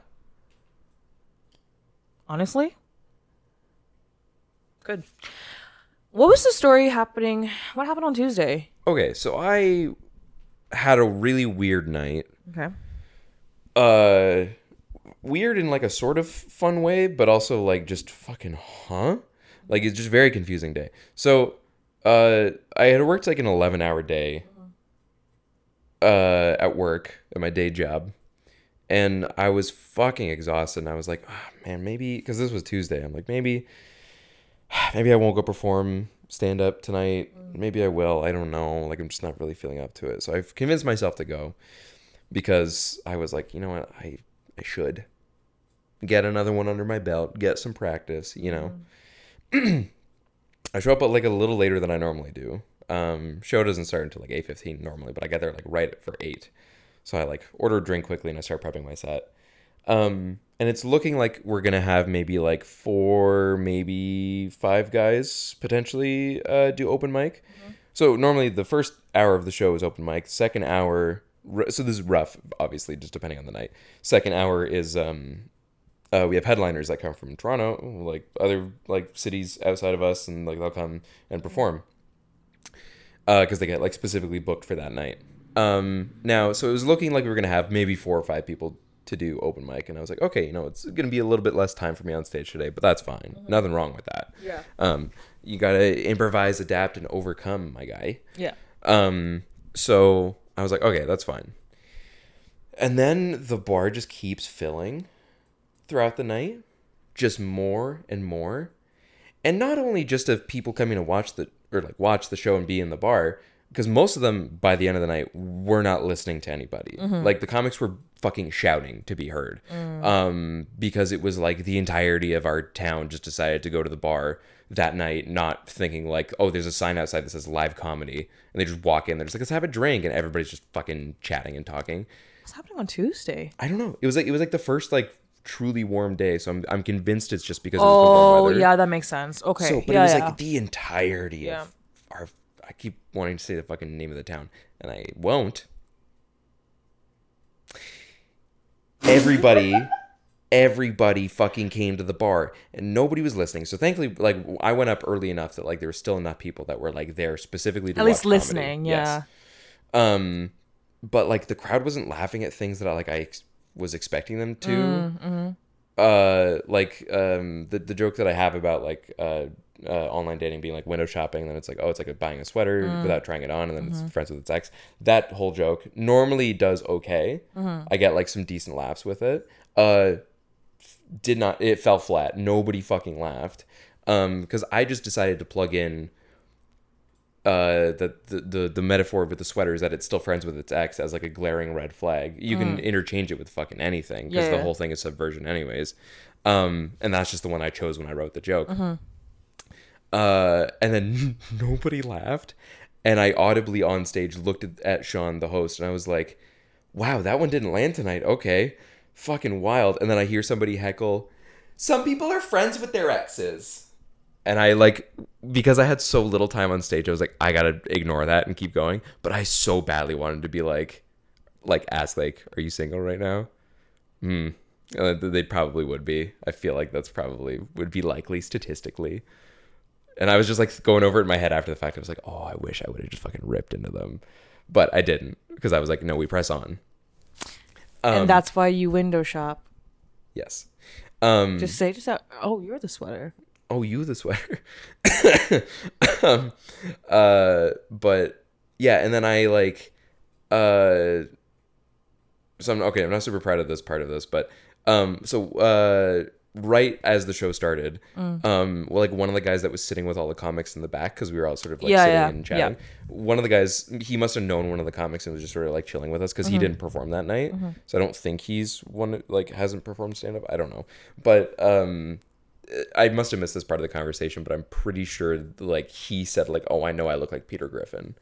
Speaker 3: Honestly. Good. What was the story happening? What happened on Tuesday?
Speaker 2: Okay, so I had a really weird night.
Speaker 3: Okay.
Speaker 2: uh weird in like a sort of fun way but also like just fucking huh like it's just very confusing day so uh i had worked like an 11 hour day uh at work at my day job and i was fucking exhausted and i was like oh, man maybe because this was tuesday i'm like maybe maybe i won't go perform stand up tonight maybe i will i don't know like i'm just not really feeling up to it so i've convinced myself to go because I was like, you know what, I I should get another one under my belt, get some practice, you know. I show up at like a little later than I normally do. Um, show doesn't start until like eight fifteen normally, but I get there like right for eight. So I like order a drink quickly and I start prepping my set. Um, and it's looking like we're gonna have maybe like four, maybe five guys potentially uh, do open mic. So normally the first hour of the show is open mic. Second hour, r- so this is rough, obviously, just depending on the night. Second hour is um, uh, we have headliners that come from Toronto, like other like cities outside of us, and like they'll come and perform because they get like specifically booked for that night. Um, now, so it was looking like we were gonna have maybe four or five people to do open mic, and I was like, okay, you know, it's gonna be a little bit less time for me on stage today, but that's fine. Nothing wrong with that.
Speaker 3: Yeah.
Speaker 2: Um, you gotta improvise, adapt, and overcome, my guy.
Speaker 3: Yeah.
Speaker 2: Um, so I was like, okay, that's fine. And then the bar just keeps filling throughout the night, just more and more. And not only just of people coming to watch the or like watch the show and be in the bar, because most of them by the end of the night were not listening to anybody.
Speaker 3: Mm-hmm.
Speaker 2: Like the comics were fucking shouting to be heard.
Speaker 3: Mm.
Speaker 2: Um, because it was like the entirety of our town just decided to go to the bar that night, not thinking like, oh, there's a sign outside that says live comedy. And they just walk in, they're just like, let's have a drink, and everybody's just fucking chatting and talking.
Speaker 3: What's happening on Tuesday?
Speaker 2: I don't know. It was like it was like the first like truly warm day, so I'm I'm convinced it's just because it was the warm
Speaker 3: Oh
Speaker 2: weather.
Speaker 3: yeah, that makes sense. Okay.
Speaker 2: So, but
Speaker 3: yeah,
Speaker 2: it was
Speaker 3: yeah.
Speaker 2: like the entirety
Speaker 3: Yeah.
Speaker 2: of our. I keep wanting to say the fucking name of the town, and I won't. Everybody, everybody fucking came to the bar, and nobody was listening. So thankfully, like I went up early enough that like there were still enough people that were like there specifically to
Speaker 3: at least
Speaker 2: watch comedy.
Speaker 3: listening.
Speaker 2: Yes
Speaker 3: Yeah.
Speaker 2: um but like the crowd wasn't laughing at things that I, like i ex- was expecting them to uh like um the, the joke that i have about like uh, uh online dating being like window shopping and then it's like oh it's like buying a sweater without trying it on and then it's friends with its ex that whole joke normally does okay i get like some decent laughs with it uh did not it fell flat nobody fucking laughed um because i just decided to plug in uh that the, the the metaphor with the sweater is that it's still friends with its ex as like a glaring red flag you can interchange it with fucking anything because the
Speaker 3: Mm. Yeah.
Speaker 2: whole thing is subversion anyways um and that's just the one i chose when i wrote the joke
Speaker 3: Mm-hmm.
Speaker 2: uh, and then nobody laughed. And I audibly on stage looked at, at Sean, the host, and I was like, wow, that one didn't land tonight. Okay. Fucking wild. And then I hear somebody heckle, some people are friends with their exes. And I like, because I had so little time on stage, I was like, I gotta ignore that and keep going. But I so badly wanted to be like, like, ask, like, are you single right now? Hmm. Uh, they probably would be. I feel like that's probably would be likely statistically. And I was just like going over it in my head after the fact. I was like, oh, I wish I would have just fucking ripped into them. But I didn't because I was like, no, we press on. Um,
Speaker 3: and that's why you window shop.
Speaker 2: Yes. Um,
Speaker 3: Just say just out, oh, you're the sweater.
Speaker 2: oh, you the sweater. um, uh, but yeah, and then I like, uh, so I'm okay. I'm not super proud of this part of this, but um, so uh, right as the show started,
Speaker 3: Mm.
Speaker 2: um, well, like one of the guys that was sitting with all the comics in the back because we were all sort of like
Speaker 3: Yeah,
Speaker 2: sitting
Speaker 3: yeah,
Speaker 2: and chatting. One of the guys, he must have known one of the comics and was just sort of like chilling with us because
Speaker 3: Mm-hmm.
Speaker 2: he didn't perform that night. So I don't think he's one like hasn't performed stand up. I don't know, but um, I must have missed this part of the conversation, but I'm pretty sure like he said like, "Oh, I know I look like Peter Griffin."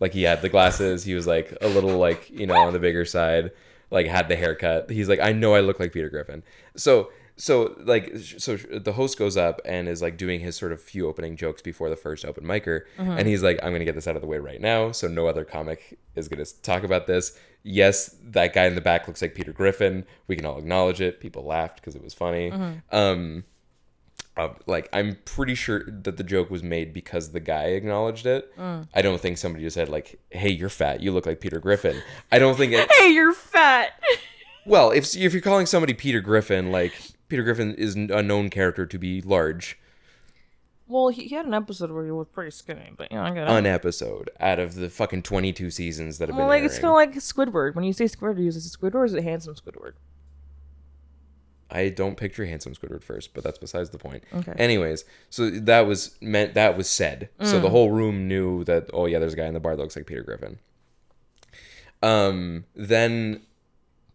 Speaker 2: Like he had the glasses, he was like a little like, you know, on the bigger side, like had the haircut. He's like, "I know I look like Peter Griffin." So so like so the host goes up and is like doing his sort of few opening jokes before the first open micer and he's like i'm gonna get this out of the way right now so no other comic is gonna s- talk about this yes that guy in the back looks like peter griffin we can all acknowledge it people laughed because it was funny um uh, like I'm pretty sure that the joke was made because the guy acknowledged it.
Speaker 3: Mm.
Speaker 2: I don't think somebody just said like, "Hey, you're fat. You look like Peter Griffin." I don't think it.
Speaker 3: Hey, you're fat.
Speaker 2: Well, if if you're calling somebody Peter Griffin, like Peter Griffin is a known character to be large.
Speaker 3: well, he, he had an episode where he was pretty skinny, but you know, I got
Speaker 2: An episode out of the fucking 22 seasons that have
Speaker 3: Well,
Speaker 2: been
Speaker 3: like it's kind of
Speaker 2: airing.
Speaker 3: like Squidward. When you say Squidward, is it Squidward or is it handsome Squidward?
Speaker 2: I don't picture handsome Squidward first, but that's besides the point.
Speaker 3: Okay.
Speaker 2: Anyways, so that was meant that was said. So
Speaker 3: Mm.
Speaker 2: the whole room knew that oh yeah, there's a guy in the bar that looks like Peter Griffin. Um then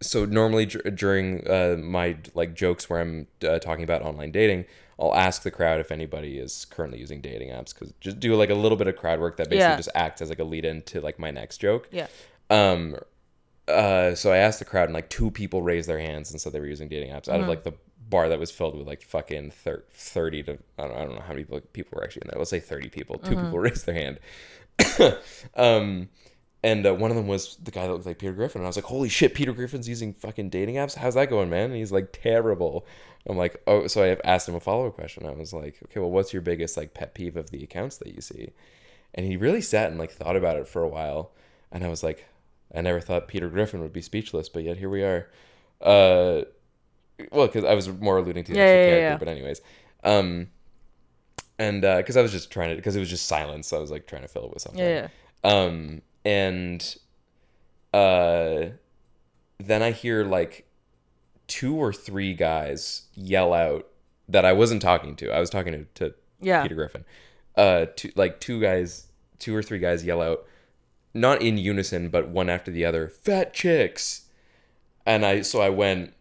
Speaker 2: so normally dur- during uh, my like jokes where I'm uh, talking about online dating, I'll ask the crowd if anybody is currently using dating apps cuz just do like a little bit of crowd work that basically
Speaker 3: Yeah.
Speaker 2: just acts as like a lead in to like my next joke.
Speaker 3: Yeah.
Speaker 2: Um, uh, so I asked the crowd, and like two people raised their hands and said they were using dating apps out of like the bar that was filled with like fucking thir- 30 to I don't, I don't know how many people, people were actually in there. Let's say 30 people. 2 people raised their hand. um, and uh, one of them was the guy that looked like Peter Griffin. And I was like, holy shit, Peter Griffin's using fucking dating apps? How's that going, man? And he's like, terrible. I'm like, oh, so I asked him a follow up question. I was like, okay, well, what's your biggest like pet peeve of the accounts that you see? And he really sat and like thought about it for a while. And I was like, I never thought Peter Griffin would be speechless, but yet here we are. Uh, well, because I was more alluding to the
Speaker 3: Yeah,
Speaker 2: actual
Speaker 3: yeah, yeah,
Speaker 2: character,
Speaker 3: yeah.
Speaker 2: but anyways, um, and because I was just trying to, because it was just silence, so I was like trying to fill it with something.
Speaker 3: Yeah, yeah.
Speaker 2: Um, and uh, then I hear like two or three guys yell out that I wasn't talking to. I was talking to, to
Speaker 3: Yeah.
Speaker 2: Peter Griffin. Uh, two, like two guys, two or three guys yell out, not in unison, but one after the other, "Fat chicks," and I so I went.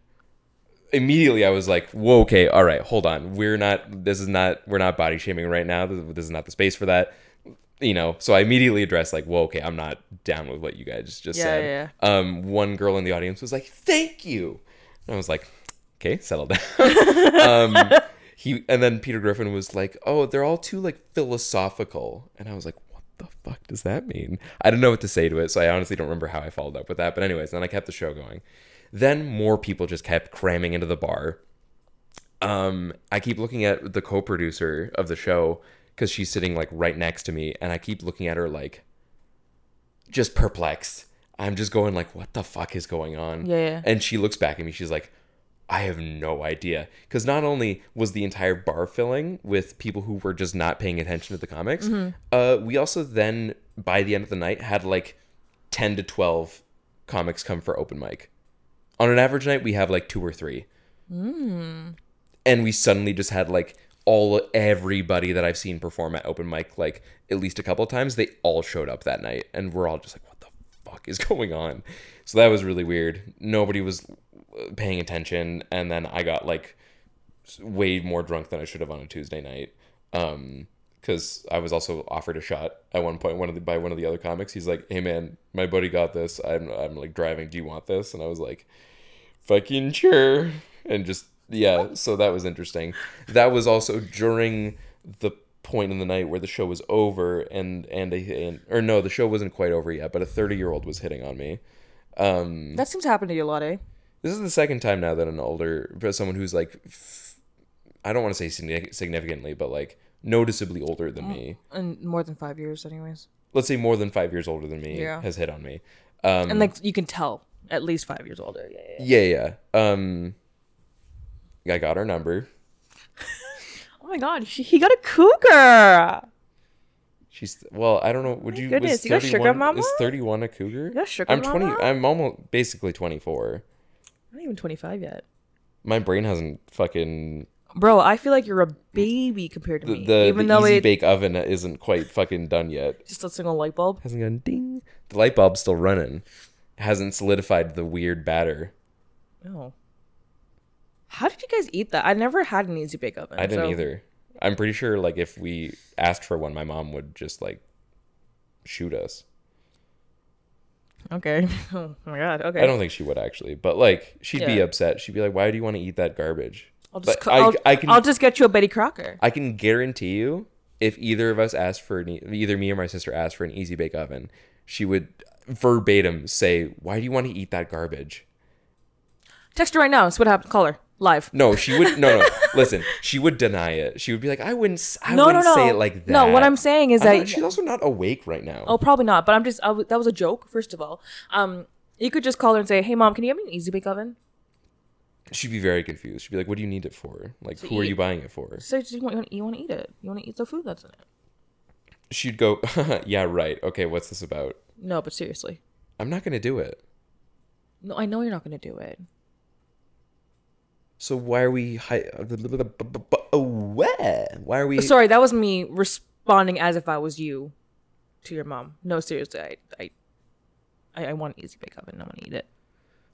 Speaker 2: Immediately, I was like, "Whoa, okay, all right, hold on. We're not. This is not. We're not body shaming right now. This, this is not the space for that." You know, so I immediately addressed like, "Whoa, okay, I'm not down with what you guys just
Speaker 3: Yeah,
Speaker 2: said."
Speaker 3: yeah,
Speaker 2: Um, one girl in the audience was like, "Thank you," and I was like, "Okay, settle down." um, he and then Peter Griffin was like, "Oh, they're all too like philosophical," and I was like, "What the fuck does that mean?" I don't know what to say to it, so I honestly don't remember how I followed up with that. But anyways, then I kept the show going. Then more people just kept cramming into the bar. Um, I keep looking at the co-producer of the show because she's sitting like right next to me, and I keep looking at her like just perplexed. I'm just going like, "What the fuck is going on?"
Speaker 3: Yeah, yeah.
Speaker 2: And she looks back at me. She's like, I have no idea. Because not only was the entire bar filling with people who were just not paying attention to the comics,
Speaker 3: Mm-hmm.
Speaker 2: uh, we also then, by the end of the night, had like 10 to 12 comics come for open mic. On an average night, we have like two or three. And we suddenly just had like all everybody that I've seen perform at open mic, like at least a couple times, they all showed up that night. And we're all just like, what the fuck is going on? So that was really weird. Nobody was uh, paying attention. And then I got like s- way more drunk than I should have on a Tuesday night. Um, because I was also offered a shot at one point one of the, by one of the other comics. He's like, "Hey man, my buddy got this. I'm I'm like driving. Do you want this?" And I was like, fucking sure and just yeah so that was interesting that was also during the point in the night where the show was over and and, a, and or no the show wasn't quite over yet but a 30 year old was hitting on me
Speaker 3: That seems to happen to you a lot, eh?
Speaker 2: this is the second time now that an older but someone who's like f- i don't want to say signi- significantly but like noticeably older than me
Speaker 3: In more than five years, anyways.
Speaker 2: let's say more than five years older than me
Speaker 3: Yeah.
Speaker 2: has hit on me um
Speaker 3: And like you can tell, at least five years older. Yeah, yeah. yeah.
Speaker 2: yeah yeah um i got her number
Speaker 3: Oh my god, she, he got a cougar.
Speaker 2: She's well. I don't know. Would you? was
Speaker 3: goodness, you got sugar
Speaker 2: 31
Speaker 3: mama?
Speaker 2: Is thirty-one a cougar?
Speaker 3: got sugar
Speaker 2: I'm twenty.
Speaker 3: mama?
Speaker 2: I'm almost basically twenty-four.
Speaker 3: I'm not even 25 yet.
Speaker 2: My brain hasn't fucking
Speaker 3: Bro, I feel like you're a baby compared to
Speaker 2: the
Speaker 3: me.
Speaker 2: the,
Speaker 3: even
Speaker 2: the
Speaker 3: though
Speaker 2: easy
Speaker 3: it
Speaker 2: bake oven isn't quite fucking done yet.
Speaker 3: just a single light bulb.
Speaker 2: Hasn't gone ding. The light bulb's still running. Hasn't solidified the weird batter.
Speaker 3: Oh. How did you guys eat that? I never had an easy bake oven.
Speaker 2: I didn't
Speaker 3: so-
Speaker 2: either. I'm pretty sure like if we asked for one, my mom would just like shoot us.
Speaker 3: Okay. Oh my god. Okay.
Speaker 2: I don't think she would actually, but like she'd be
Speaker 3: Yeah.
Speaker 2: upset. She'd be like, "Why do you want to eat that garbage?"
Speaker 3: I'll just.
Speaker 2: But
Speaker 3: co-
Speaker 2: I-
Speaker 3: I'll,
Speaker 2: I can-
Speaker 3: I'll just get you a Betty Crocker.
Speaker 2: I can guarantee you, if either of us asked for an, e- either me or my sister asked for an easy bake oven, she would verbatim say, "Why do you want to eat that garbage?"
Speaker 3: Text her right now. It's what happened. Call her live.
Speaker 2: No, she would. No, no. listen, she would deny it. She would be like, "I wouldn't. s- I
Speaker 3: No, no,
Speaker 2: wouldn't
Speaker 3: no.
Speaker 2: say it like that."
Speaker 3: No, what I'm saying is
Speaker 2: I'm
Speaker 3: that-
Speaker 2: not, she's also not awake right now.
Speaker 3: Oh, probably not. But I'm just. I w- that was a joke. First of all, um, you could just call her and say, "Hey, mom, can you get me an easy bake oven?"
Speaker 2: She'd be very confused. She'd be like, "What do you need it for? Like, who are
Speaker 3: eat.
Speaker 2: you buying it for?"
Speaker 3: So you want you want to eat it. You want to eat the food that's in it.
Speaker 2: She'd go, "Yeah, right. Okay, what's this about?
Speaker 3: No, but seriously.
Speaker 2: I'm not gonna do it.
Speaker 3: No, I know you're not gonna do it.
Speaker 2: So why are we? Hi- oh, what? Why are we?
Speaker 3: Oh, Sorry, that was me responding as if I was you to your mom. No, seriously, I I I, I want an easy bake oven. I want to eat it.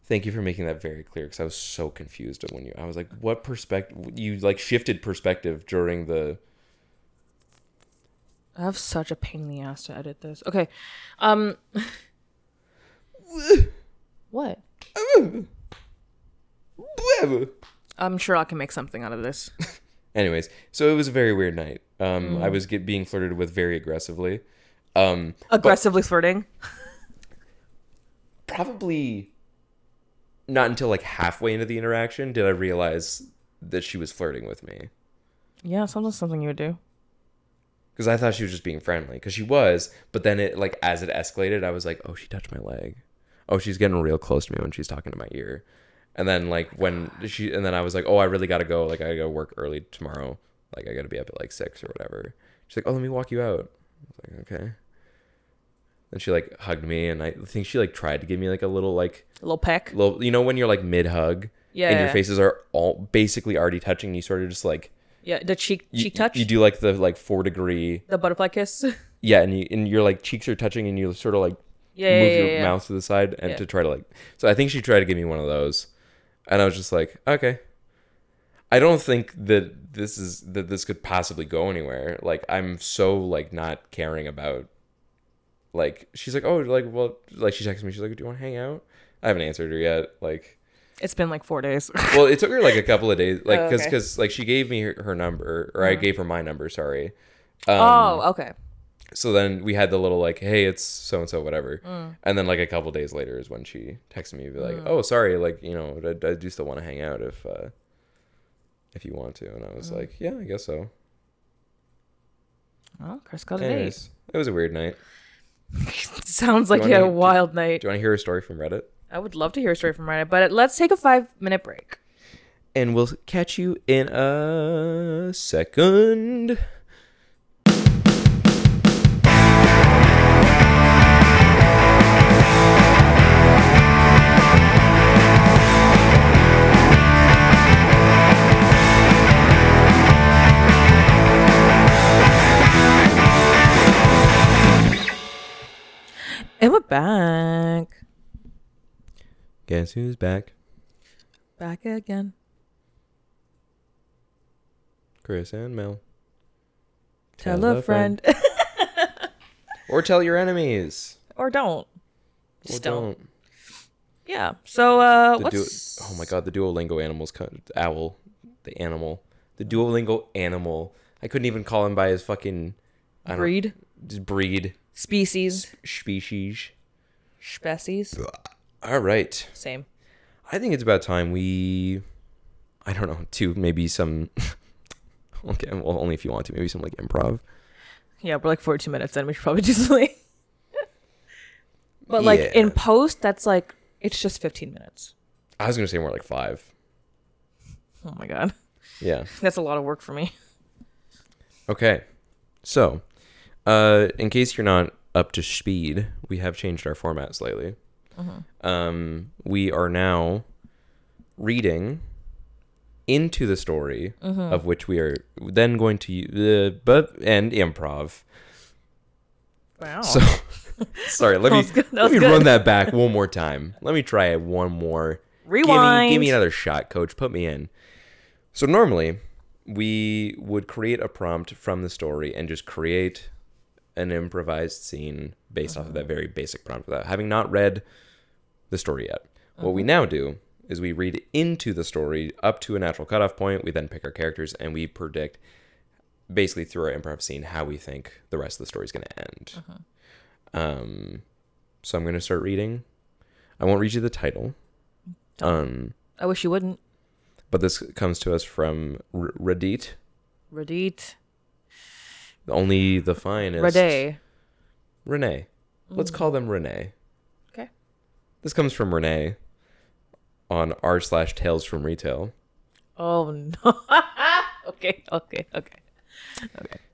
Speaker 2: Thank you for making that very clear because I was so confused when you. I was like, "What perspective? You like shifted perspective during the."
Speaker 3: I have such a pain in the ass to edit this. Okay, um, what? I'm sure I can make something out of this.
Speaker 2: Anyways, so it was a very weird night. Um, I was get, being flirted with very aggressively. Um,
Speaker 3: Aggressively flirting.
Speaker 2: probably not until like halfway into the interaction did I realize that she was flirting with me
Speaker 3: Yeah, sounds like something you would do.
Speaker 2: because I thought she was just being friendly because she was. But then it like as it escalated, I was like, oh, she touched my leg. Oh, she's getting real close to me when she's talking to my ear. And then like when she and then I was like, oh, I really gotta go. Like I gotta work early tomorrow. Like I gotta be up at like six or whatever. She's like, oh, let me walk you out. I was like, okay. Then she like hugged me and I think she like tried to give me like a little like
Speaker 3: A little peck.
Speaker 2: little you know when you're like mid hug
Speaker 3: Yeah,
Speaker 2: and your
Speaker 3: yeah.
Speaker 2: faces are all basically already touching and you sort of just like
Speaker 3: Yeah, the cheek
Speaker 2: you,
Speaker 3: cheek touch.
Speaker 2: you do like the like four degree
Speaker 3: the butterfly kiss.
Speaker 2: yeah and you and your like cheeks are touching and you sort of like
Speaker 3: yeah,
Speaker 2: move
Speaker 3: yeah,
Speaker 2: your
Speaker 3: yeah, yeah.
Speaker 2: mouth to the side and
Speaker 3: Yeah.
Speaker 2: to try to like so i think she tried to give me one of those and i was just like okay i don't think that this is that this could possibly go anywhere like i'm so like not caring about like she's like oh like well like she texts me she's like do you want to hang out i haven't answered her yet like
Speaker 3: It's been like four days.
Speaker 2: well, it took her like a couple of days, like
Speaker 3: Oh,
Speaker 2: because
Speaker 3: okay. Uh-huh.
Speaker 2: like she gave me her, her number, or I gave her my number. Sorry. Um,
Speaker 3: oh, okay.
Speaker 2: So then we had the little like, hey, it's so and so, whatever.
Speaker 3: Mm.
Speaker 2: And then like a couple days later is when she texted me, be like, oh, sorry, like you know, I, I do still want to hang out if uh if you want to. And I
Speaker 3: Mm.
Speaker 2: was like, yeah, I guess so.
Speaker 3: Well, Chris got an eight.
Speaker 2: Anyways, it was a weird night.
Speaker 3: Sounds like
Speaker 2: wanna
Speaker 3: a
Speaker 2: hear-
Speaker 3: wild night.
Speaker 2: Do you want to hear a story from Reddit?
Speaker 3: I would love to hear a story from Reddit, but let's take a five minute break.
Speaker 2: And we'll catch you in a second.
Speaker 3: And we're back.
Speaker 2: Guess who's back?
Speaker 3: Back again.
Speaker 2: Chris and Mel.
Speaker 3: Tell, a friend.
Speaker 2: Or tell your enemies.
Speaker 3: or don't.
Speaker 2: Or
Speaker 3: Just don't.
Speaker 2: don't.
Speaker 3: Yeah. So uh
Speaker 2: The du-
Speaker 3: what's
Speaker 2: oh my god, the Duolingo animals cut owl. The animal. The Duolingo animal. I couldn't even call him by his fucking I don't-
Speaker 3: breed?
Speaker 2: Just breed.
Speaker 3: Species.
Speaker 2: Species.
Speaker 3: Species.
Speaker 2: Alright.
Speaker 3: Same.
Speaker 2: I think it's about time we I don't know, do maybe some Okay, well only if you want to, maybe some like improv.
Speaker 3: Yeah, we're like 42 minutes in. We should probably do something. but like
Speaker 2: Yeah.
Speaker 3: in post, that's like, it's just 15 minutes.
Speaker 2: I was gonna say more like five.
Speaker 3: Oh my God.
Speaker 2: Yeah.
Speaker 3: That's a lot of work for me.
Speaker 2: Okay. So, uh, in case you're not up to speed, we have changed our format slightly. Um, we are now reading into the story of which we are then going to u- uh, but and improv.
Speaker 3: Wow.
Speaker 2: So, sorry, let me
Speaker 3: was good. That
Speaker 2: let
Speaker 3: was
Speaker 2: me
Speaker 3: good.
Speaker 2: run that back one more time. Let me try it one more give me,
Speaker 3: Rewind.
Speaker 2: give me another shot, coach. Put me in. So normally we would create a prompt from the story and just create an improvised scene based off of that very basic prompt without having not read the story yet. What
Speaker 3: Uh-huh.
Speaker 2: we now do is we read into the story up to a natural cutoff point. We then pick our characters and we predict basically through our improv scene how we think the rest of the story is going to end.
Speaker 3: Uh-huh.
Speaker 2: Um, so I'm going to start reading. I won't read you the title. Um,
Speaker 3: I wish you wouldn't.
Speaker 2: but this comes to us from R- Radit,
Speaker 3: Radit.
Speaker 2: only the finest.
Speaker 3: Raday.
Speaker 2: Renee. Let's call them Renee.
Speaker 3: Okay.
Speaker 2: This comes from Renee on r slash tales from retail.
Speaker 3: Oh no. okay. Okay. Okay.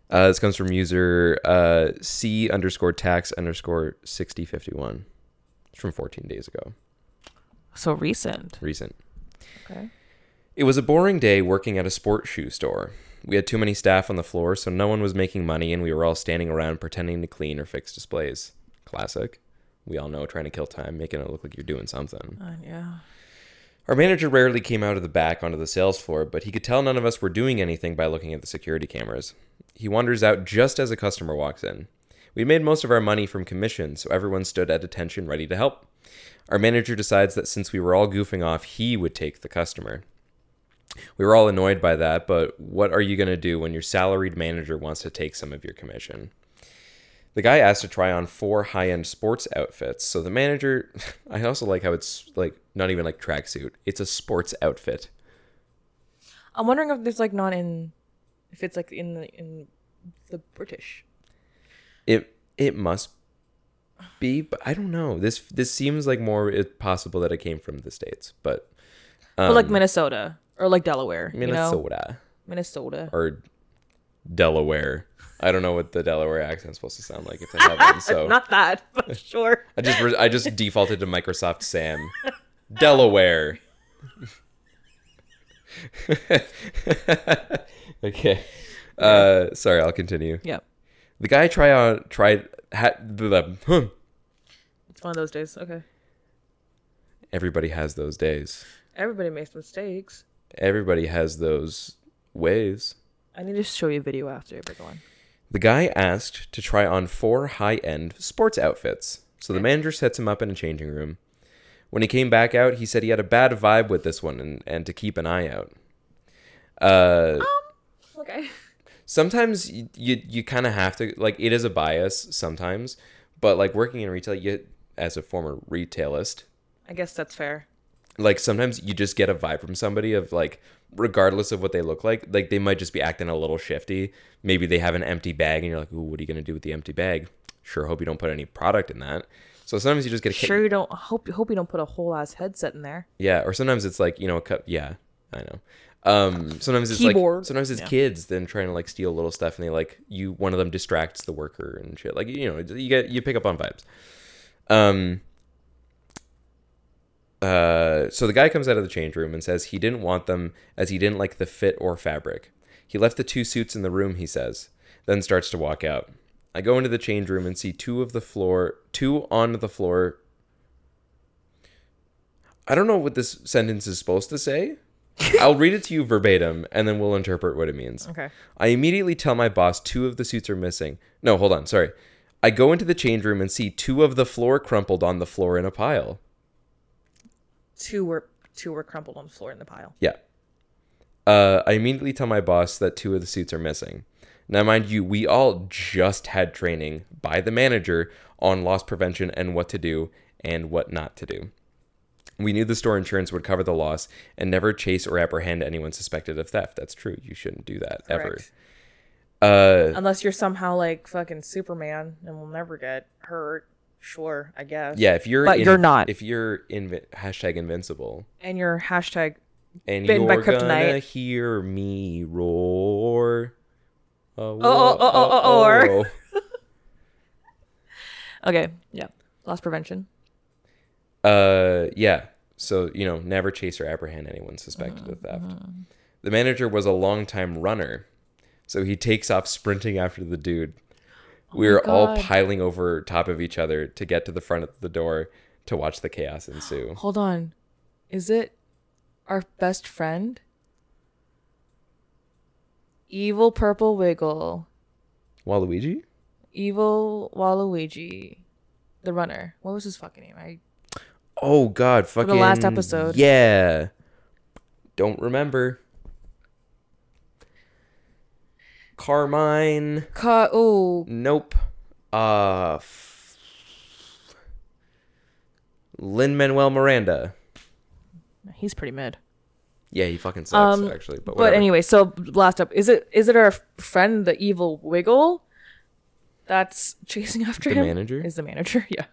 Speaker 2: Uh, this comes from user uh, C underscore tax underscore 6051. It's from 14 days ago,
Speaker 3: So recent.
Speaker 2: recent.
Speaker 3: Okay.
Speaker 2: It was a boring day working at a sport shoe store. We had too many staff on the floor, so no one was making money, and we were all standing around pretending to clean or fix displays. Classic. We all know trying to kill time, making it look like you're doing something.
Speaker 3: Uh, yeah.
Speaker 2: Our manager rarely came out of the back onto the sales floor, but he could tell none of us were doing anything by looking at the security cameras. He wanders out just as a customer walks in. We made most of our money from commission, so everyone stood at attention ready to help. Our manager decides that since we were all goofing off, he would take the customer. We were all annoyed by that, but what are you going to do when your salaried manager wants to take some of your commission? The guy asked to try on four high-end sports outfits. So the manager, I also like how it's like not even like tracksuit. It's a sports outfit.
Speaker 3: I'm wondering if there's like not in, if it's like in the in the British.
Speaker 2: It it must be, but I don't know. This this seems like more it possible that it came from the states, but
Speaker 3: or like Minnesota or like Delaware.
Speaker 2: Oh,
Speaker 3: You know?
Speaker 2: Minnesota
Speaker 3: Minnesota.
Speaker 2: or Delaware. I don't know what the Delaware accent's supposed to sound like. It's a heaven. So
Speaker 3: Uh, Not that, but sure.
Speaker 2: I just re- I just defaulted to Microsoft Sam. Delaware. okay. Uh, sorry, I'll continue.
Speaker 3: Yep.
Speaker 2: The guy try on tried had the, the
Speaker 3: It's one of those days. Okay.
Speaker 2: everybody has those days.
Speaker 3: Everybody makes mistakes.
Speaker 2: Everybody has those ways.
Speaker 3: I need to show you a video after, but go on.
Speaker 2: The guy asked to try on four high end sports outfits, so the manager sets him up in a changing room. When he came back out, he said he had a bad vibe with this one and, and to keep an eye out. Uh,
Speaker 3: Okay.
Speaker 2: sometimes you you, you kind of have to like it is a bias sometimes, but like working in retail, you as a former retailist,
Speaker 3: I guess that's fair.
Speaker 2: like sometimes you just get a vibe from somebody of like regardless of what they look like like they might just be acting a little shifty maybe they have an empty bag and you're like ooh what are you going to do with the empty bag sure hope you don't put any product in that so sometimes you just get a
Speaker 3: Sure, you don't hope. Hope you don't put a whole ass headset in there.
Speaker 2: yeah or sometimes it's like you know a cup yeah i know um sometimes it's like
Speaker 3: Keyboard.
Speaker 2: sometimes it's kids then trying to like steal little stuff and they like you one of them distracts the worker and shit like you know you get you pick up on vibes um uh, so the guy comes out of the change room and says he didn't want them as he didn't like the fit or fabric. He left the two suits in the room, he says, then starts to walk out. I go into the change room and see two of the floor, two on the floor. I don't know what this sentence is supposed to say. I'll read it to you verbatim and then we'll interpret what it means.
Speaker 3: Okay.
Speaker 2: I immediately tell my boss two of the suits are missing. No, hold on, sorry. I go into the change room and see two of the floor crumpled on the floor in a pile.
Speaker 3: Two were two were crumpled on the floor in the pile.
Speaker 2: Yeah. Uh, I immediately tell my boss that two of the suits are missing. Now, mind you, we all just had training by the manager on loss prevention and what to do and what not to do. We knew the store insurance would cover the loss and never chase or apprehend anyone suspected of theft. That's true. You shouldn't do that
Speaker 3: Correct.
Speaker 2: ever. Uh,
Speaker 3: Unless you're somehow like fucking Superman and will never get hurt. Sure, I guess.
Speaker 2: yeah, if you're
Speaker 3: But you're not.
Speaker 2: If you're invi- hashtag invincible,
Speaker 3: And your hashtag
Speaker 2: and
Speaker 3: Bitten by
Speaker 2: you're gonna
Speaker 3: kryptonite.
Speaker 2: hear me roar. Oh,
Speaker 3: oh, oh, oh, oh, or. Okay. Yeah. Loss prevention.
Speaker 2: Uh, yeah. So you know, never chase or apprehend anyone suspected of theft. The manager was a longtime runner, so he takes off sprinting after the dude. we were all
Speaker 3: Oh God.
Speaker 2: piling over top of each other to get to the front of the door to watch the chaos ensue.
Speaker 3: Hold on. Is it our best friend? Evil Purple Wiggle.
Speaker 2: Waluigi?
Speaker 3: Evil Waluigi. The runner. What was his fucking name? I
Speaker 2: Oh God, fucking
Speaker 3: the last episode.
Speaker 2: Yeah. Don't remember. Carmine.
Speaker 3: Ca- oh
Speaker 2: Nope. Uh f- Lin Manuel Miranda.
Speaker 3: he's pretty mid.
Speaker 2: Yeah, he fucking sucks
Speaker 3: Um,
Speaker 2: actually. But,
Speaker 3: But
Speaker 2: whatever.
Speaker 3: anyway, so last up is it is it our friend the evil Wiggle that's chasing after
Speaker 2: The
Speaker 3: him?
Speaker 2: manager?
Speaker 3: is the manager. Yeah,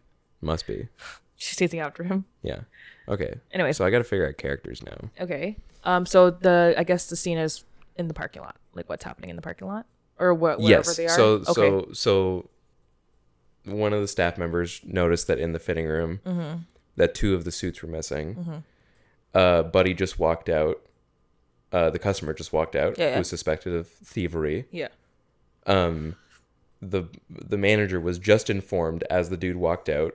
Speaker 2: must be.
Speaker 3: she's chasing after him.
Speaker 2: Yeah. Okay.
Speaker 3: Anyway.
Speaker 2: so I got to figure out characters now.
Speaker 3: Okay. Um. So the I guess the scene is in the parking lot. Like what's happening in the parking lot or what? Wherever
Speaker 2: yes.
Speaker 3: they are.
Speaker 2: So
Speaker 3: okay.
Speaker 2: so so one of the staff members noticed that in the fitting room
Speaker 3: Mm-hmm.
Speaker 2: that two of the suits were missing. Uh, Buddy just walked out. Uh, the customer just walked out,
Speaker 3: Yeah, yeah.
Speaker 2: who was suspected of thievery.
Speaker 3: yeah.
Speaker 2: Um, the the manager was just informed as the dude walked out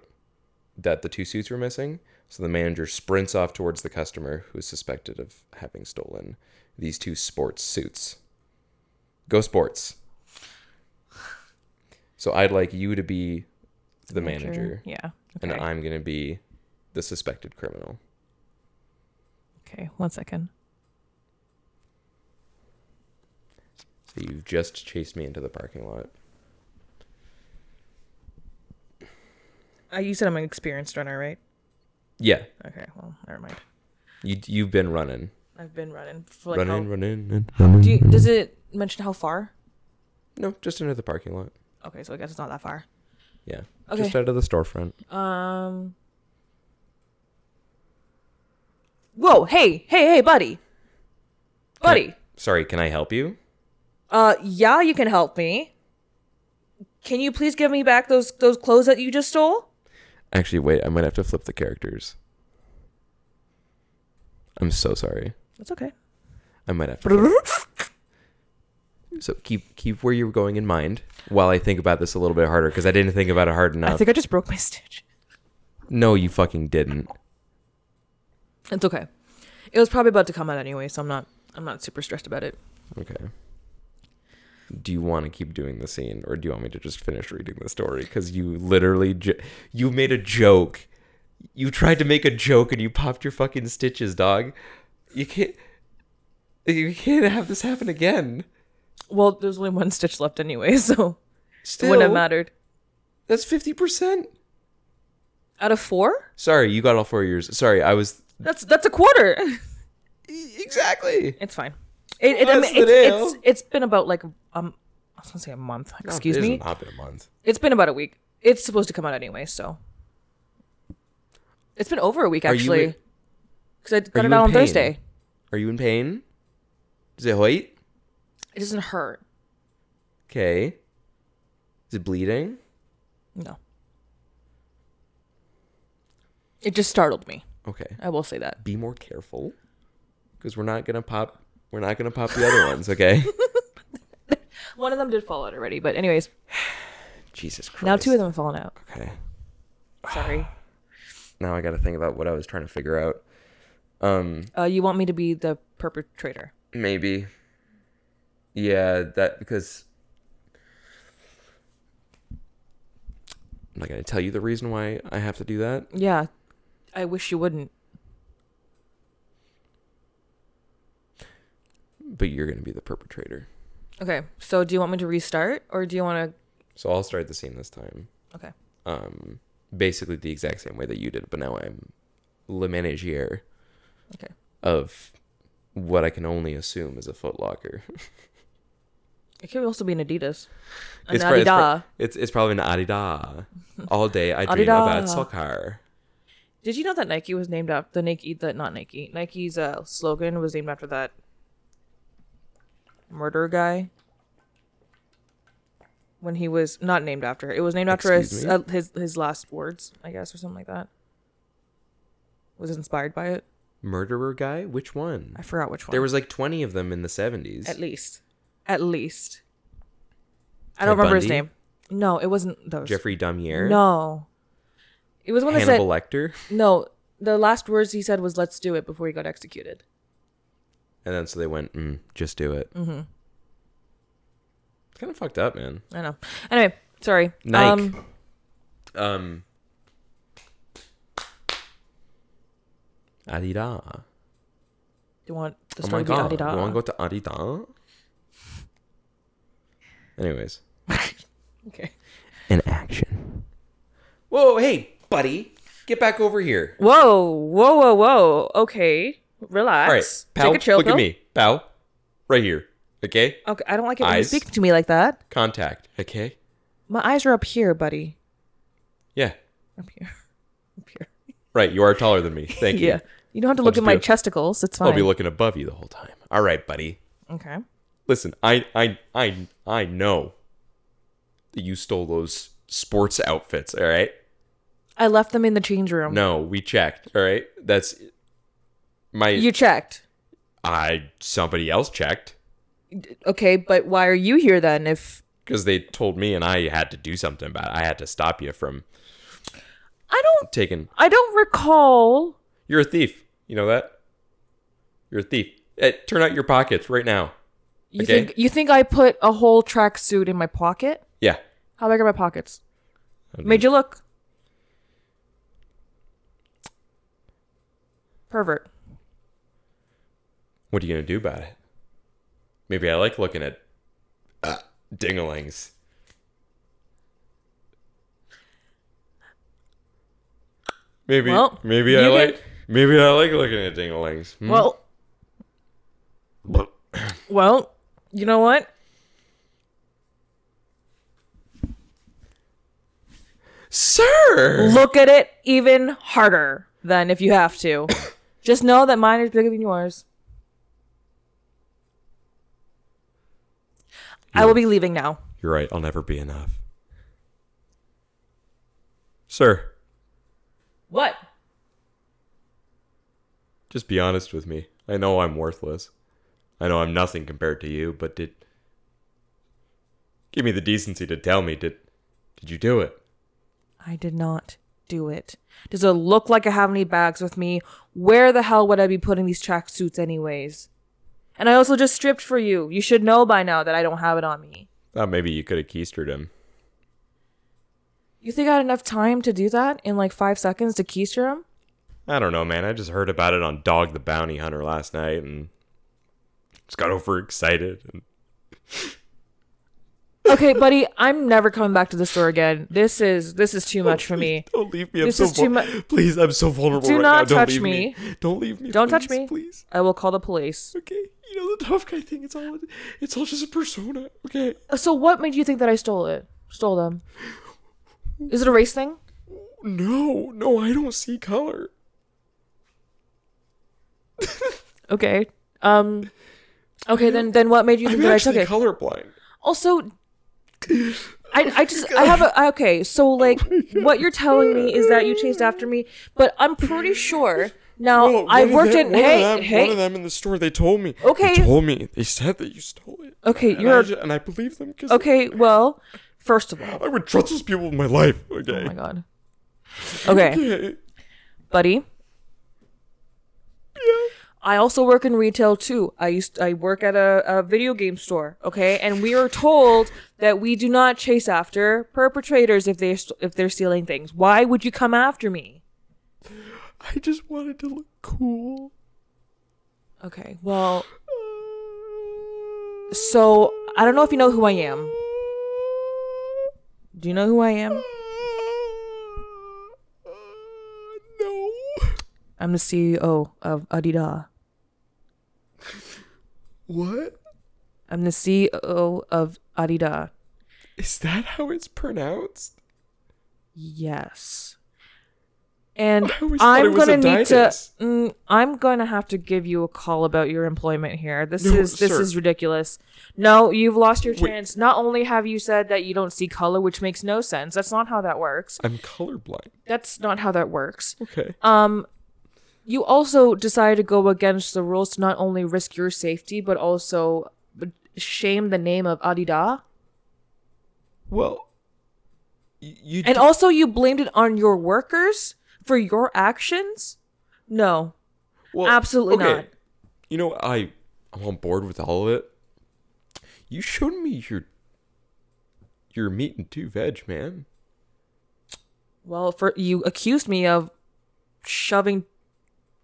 Speaker 2: that the two suits were missing. So the manager sprints off towards the customer who is suspected of having stolen these two sports suits. Go sports. So I'd like you to be the manager,
Speaker 3: Yeah.
Speaker 2: and
Speaker 3: Okay.
Speaker 2: I'm gonna be the suspected criminal.
Speaker 3: okay. One second.
Speaker 2: So you've just chased me into the parking lot.
Speaker 3: Uh, you said I'm an experienced runner, right?
Speaker 2: Yeah,
Speaker 3: Okay. Well, never mind.
Speaker 2: you you've been running,
Speaker 3: I've been running for like
Speaker 2: running,
Speaker 3: how,
Speaker 2: running, and
Speaker 3: Do you, does it mention how far?
Speaker 2: no, just into the parking lot.
Speaker 3: Okay, so I guess it's not that far.
Speaker 2: Yeah.
Speaker 3: Okay.
Speaker 2: Just out of the storefront.
Speaker 3: Um. Whoa! Hey! Hey! Hey, buddy! Buddy!
Speaker 2: Sorry, can I help you?
Speaker 3: Uh, yeah, you can help me. Can you please give me back those those clothes that you just stole?
Speaker 2: Actually, wait, I might have to flip the characters. I'm so sorry.
Speaker 3: That's okay.
Speaker 2: I might have to. flip. so keep keep where you're going in mind while I think about this a little bit harder because I didn't think about it hard enough.
Speaker 3: I think I just broke my stitch.
Speaker 2: no, you fucking didn't.
Speaker 3: It's okay. It was probably about to come out anyway, so I'm not I'm not super stressed about it.
Speaker 2: Okay. Do you want to keep doing the scene, or do you want me to just finish reading the story? Because you literally, j- you made a joke. You tried to make a joke, and you popped your fucking stitches, dog. You can't. You can't have this happen again.
Speaker 3: Well, there's only one stitch left anyway, so it
Speaker 2: Still,
Speaker 3: wouldn't have mattered.
Speaker 2: that's fifty percent.
Speaker 3: Out of four,
Speaker 2: Sorry, you got all four years. Sorry, I was
Speaker 3: that's that's a quarter.
Speaker 2: e- exactly.
Speaker 3: It's fine. It, it, I
Speaker 2: Less
Speaker 3: mean, it's,
Speaker 2: than
Speaker 3: it's
Speaker 2: ill.
Speaker 3: it's been about like um I was gonna say a month. Excuse
Speaker 2: It
Speaker 3: me.
Speaker 2: hasn't been a month.
Speaker 3: It's been about a week. It's supposed to come out anyway, so it's been over a week
Speaker 2: Are you
Speaker 3: actually.
Speaker 2: in-
Speaker 3: Because I got
Speaker 2: you
Speaker 3: it
Speaker 2: in
Speaker 3: out on
Speaker 2: pain?
Speaker 3: Thursday.
Speaker 2: Are you in pain? Is it Hoyt?
Speaker 3: It doesn't hurt.
Speaker 2: Okay. Is it bleeding?
Speaker 3: No. It just startled me.
Speaker 2: Okay.
Speaker 3: I will say that.
Speaker 2: be more careful because we're not gonna pop we're not gonna pop the other ones okay
Speaker 3: One of them did fall out already, but anyways,
Speaker 2: jesus christ
Speaker 3: now two of them have fallen out.
Speaker 2: okay
Speaker 3: Sorry.
Speaker 2: now i gotta think about what i was trying to figure out um
Speaker 3: Uh, you want me to be the perpetrator?
Speaker 2: maybe yeah that because i'm not gonna tell you the reason why i have to do that
Speaker 3: Yeah. I wish you wouldn't.
Speaker 2: but you're gonna be the perpetrator
Speaker 3: Okay. So do you want me to restart, or do you want
Speaker 2: so i'll start the scene this time
Speaker 3: to? Okay.
Speaker 2: um basically the exact same way that you did but now i'm le manager
Speaker 3: Okay.
Speaker 2: of what I can only assume is a Foot Locker.
Speaker 3: It could also be an Adidas. An
Speaker 2: It's, pro- it's, pro-
Speaker 3: Adidas.
Speaker 2: it's it's probably an Adidas. All day I dream
Speaker 3: Adidas.
Speaker 2: about soccer.
Speaker 3: Did you know that Nike was named after the Nike? The not Nike. Nike's uh, slogan was named after that murder guy. When he was not named after, it was named after his,
Speaker 2: Excuse me?
Speaker 3: uh, his his last words, I guess, or something like that. Was inspired by it.
Speaker 2: Murderer guy? Which one?
Speaker 3: I forgot which one.
Speaker 2: There was like 20 of them in the 70s.
Speaker 3: at least, at least. I
Speaker 2: Ted
Speaker 3: don't remember his
Speaker 2: Bundy?
Speaker 3: name. No, it wasn't those.
Speaker 2: Jeffrey Dahmer?
Speaker 3: No, it was one that said
Speaker 2: Hannibal Lecter?
Speaker 3: no. the last words he said was "Let's do it" before he got executed.
Speaker 2: And then so they went, mm, just do it. Mm-hmm. It's kind of fucked up, man.
Speaker 3: I know. Anyway, sorry.
Speaker 2: Nike.
Speaker 3: Um,
Speaker 2: Um, Adidas.
Speaker 3: do you want the
Speaker 2: Oh my
Speaker 3: story
Speaker 2: god.
Speaker 3: to be Adidas?
Speaker 2: You want to go to Adidas? Anyways,
Speaker 3: okay.
Speaker 2: in action. Whoa, hey, buddy. Get back over here.
Speaker 3: Whoa, whoa, whoa, whoa. Okay, relax.
Speaker 2: All right, pal.
Speaker 3: Take a chill
Speaker 2: look
Speaker 3: pill.
Speaker 2: at me. Pal. Right here. Okay?
Speaker 3: Okay, I don't like it when you
Speaker 2: Eyes.
Speaker 3: speak to me like that.
Speaker 2: Contact. Okay?
Speaker 3: My eyes are up here, buddy.
Speaker 2: Yeah.
Speaker 3: Up here. Up here.
Speaker 2: Right, you are taller than me. Thank you.
Speaker 3: Yeah. You don't have to look
Speaker 2: just
Speaker 3: at my
Speaker 2: be a-
Speaker 3: chesticles. It's fine.
Speaker 2: I'll be looking above you the whole time. All right, buddy.
Speaker 3: okay.
Speaker 2: Listen, I I I I know that you stole those sports outfits, all right?
Speaker 3: I left them in the change room.
Speaker 2: No, we checked, all right? That's my
Speaker 3: You checked.
Speaker 2: I somebody else checked
Speaker 3: Okay, but why are you here then if
Speaker 2: because they told me and I had to do something about it. I had to stop you from
Speaker 3: I don't
Speaker 2: taking
Speaker 3: I don't recall
Speaker 2: You're a thief. You know that? You're a thief. Eh, turn out your pockets right now.
Speaker 3: you
Speaker 2: Okay.
Speaker 3: think you think I put a whole tracksuit in my pocket?
Speaker 2: Yeah.
Speaker 3: How big are my pockets?
Speaker 2: That'd
Speaker 3: Made you look. Pervert.
Speaker 2: What are you going to do about it? Maybe I like looking at uh, dinglings. Maybe
Speaker 3: Well,
Speaker 2: maybe
Speaker 3: you
Speaker 2: I
Speaker 3: get-
Speaker 2: like maybe I like looking at dinglings. Hmm?
Speaker 3: Well, well, you know what?
Speaker 2: sir.
Speaker 3: Look at it even harder than if you have to. Just know that mine is bigger than yours. I will be leaving now.
Speaker 2: You're right. I'll never be enough. Sir,
Speaker 3: What?
Speaker 2: just be honest with me. I know I'm worthless. I know I'm nothing compared to you, but did give me the decency to tell me did did you do it?
Speaker 3: I did not do it. Does it look like I have any bags with me? Where the hell would I be putting these tracksuits, anyways? And I also just stripped for you. You should know by now that I don't have it on me.
Speaker 2: Thought Oh, maybe you could have keistered him.
Speaker 3: You think I had enough time to do that in like five seconds to keister him?
Speaker 2: I don't know, man. I just heard about it on Dog the Bounty Hunter last night and just got overexcited. And
Speaker 3: Okay, buddy, I'm never coming back to the store again. This is this is too much for me.
Speaker 2: don't leave me. I'm
Speaker 3: This
Speaker 2: so
Speaker 3: is too
Speaker 2: vul-
Speaker 3: mu-
Speaker 2: Please, I'm so vulnerable.
Speaker 3: Do
Speaker 2: right
Speaker 3: not
Speaker 2: now.
Speaker 3: touch
Speaker 2: don't leave Don't leave me.
Speaker 3: Don't touch
Speaker 2: please,
Speaker 3: me.
Speaker 2: please.
Speaker 3: I will call the police.
Speaker 2: Okay. You know the tough guy thing. It's all. It's all just a persona. Okay.
Speaker 3: So what made you think that I stole it? Stole them? Is it a race thing?
Speaker 2: No, no, I don't see color.
Speaker 3: Okay. Um Okay, then then what made you think
Speaker 2: I'm
Speaker 3: that I took
Speaker 2: actually
Speaker 3: it?
Speaker 2: colorblind.
Speaker 3: also I, I just I have a okay so like what you're telling me is that you chased after me but I'm pretty sure now
Speaker 2: Well, Oh, one
Speaker 3: I
Speaker 2: of
Speaker 3: worked
Speaker 2: them-
Speaker 3: in
Speaker 2: one of
Speaker 3: hey
Speaker 2: them-
Speaker 3: hey
Speaker 2: One of them in the store. They told me.
Speaker 3: Okay.
Speaker 2: They told me. They said that you stole it.
Speaker 3: Okay,
Speaker 2: And
Speaker 3: you're-
Speaker 2: I ju- and I believe them because.
Speaker 3: okay well first of all
Speaker 2: I would trust those people with my life. Okay.
Speaker 3: oh my god okay
Speaker 2: Okay.
Speaker 3: buddy I also work in retail too. I used I work at a, a video game store, okay? And we are told that we do not chase after perpetrators if they st- if they're stealing things. Why would you come after me?
Speaker 2: I just wanted to look cool.
Speaker 3: Okay. Well, so I don't know if you know who I am. Do you know who I am?
Speaker 2: Uh, No.
Speaker 3: I'm the CEO of Adidas.
Speaker 2: What?
Speaker 3: I'm the CEO of Adidas.
Speaker 2: Is that how it's pronounced?
Speaker 3: Yes. And
Speaker 2: I always thought it
Speaker 3: I'm
Speaker 2: was
Speaker 3: gonna need to.
Speaker 2: Adidas.
Speaker 3: Mm, I'm gonna have to give you a call about your employment here. This
Speaker 2: No,
Speaker 3: is this
Speaker 2: sir.
Speaker 3: is ridiculous. No, you've lost your
Speaker 2: Wait.
Speaker 3: chance. Not only have you said that you don't see color, which makes no sense. That's not how that works.
Speaker 2: I'm colorblind.
Speaker 3: That's not how that works.
Speaker 2: Okay.
Speaker 3: Um, you also decided to go against the rules to not only risk your safety but also shame the name of Adidas.
Speaker 2: well, y- you.
Speaker 3: And also, you blamed it on your workers for your actions. No,
Speaker 2: Well,
Speaker 3: absolutely
Speaker 2: okay,
Speaker 3: not.
Speaker 2: You know, I I'm on board with all of it. You showed me your your meat and two veg, man.
Speaker 3: Well, for you accused me of shoving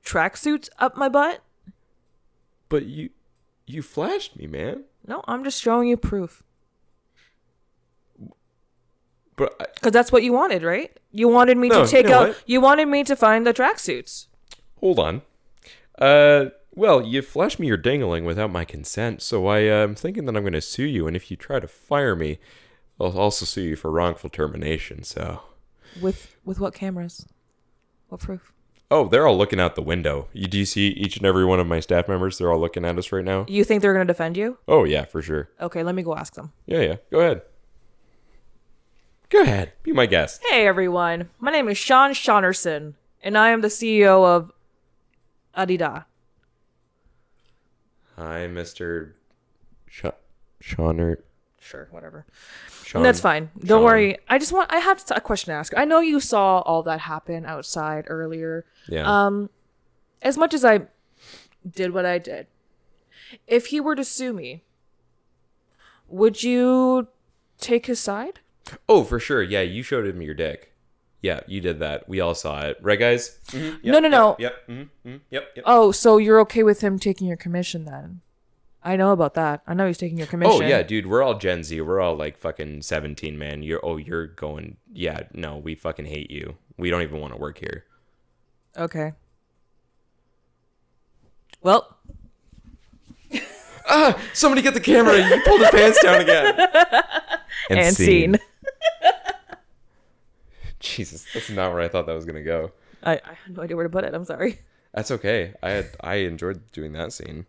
Speaker 3: tracksuits up my butt.
Speaker 2: But you you flashed me, man.
Speaker 3: No, I'm just showing you proof
Speaker 2: But I,
Speaker 3: because that's what you wanted, right? You wanted me
Speaker 2: No,
Speaker 3: to take
Speaker 2: you know
Speaker 3: out.
Speaker 2: what?
Speaker 3: You wanted me to find the tracksuits.
Speaker 2: hold on. Uh, well, you flashed me your dangling without my consent, so I uh, am thinking that I'm going to sue you. And if you try to fire me, I'll also sue you for wrongful termination. So.
Speaker 3: With with what cameras? What proof?
Speaker 2: Oh, they're all looking out the window. You do you see each and every one of my staff members? They're all looking at us right now.
Speaker 3: You think they're gonna defend you?
Speaker 2: Oh yeah, for sure.
Speaker 3: Okay, let me go ask them.
Speaker 2: Yeah, yeah. Go ahead. Go ahead. Be my guest.
Speaker 3: Hey everyone, my name is Sean Shaunerson, and I am the CEO of Adidas.
Speaker 2: Hi, Mister. Sh- Shauner.
Speaker 3: Sure, whatever.
Speaker 2: Sean.
Speaker 3: That's fine. Don't
Speaker 2: Sean.
Speaker 3: worry. I just want I have a question to ask. I know you saw all that happen outside earlier.
Speaker 2: Yeah.
Speaker 3: Um as much as I did what I did. If he were to sue me, would you take his side?
Speaker 2: oh, for sure. Yeah, you showed him your dick. Yeah, you did that. We all saw it, right, guys? Mhm. Yep,
Speaker 3: No, no, no.
Speaker 2: Yep. Yep. mhm, mhm, yep. yep.
Speaker 3: Oh, so you're okay with him taking your commission then? I know about that. I know he's taking your commission.
Speaker 2: Oh yeah, dude, we're all Gen Z. We're all like fucking seventeen, man. You're oh, you're going. Yeah, no, we fucking hate you. We don't even want to work here.
Speaker 3: Okay. Well,
Speaker 2: Somebody get the camera. You pulled his pants down again. And,
Speaker 3: and scene.
Speaker 2: Jesus, that's not where I thought that was gonna go.
Speaker 3: I, I had no idea where to put it. I'm sorry.
Speaker 2: That's okay. I had, I enjoyed doing that scene.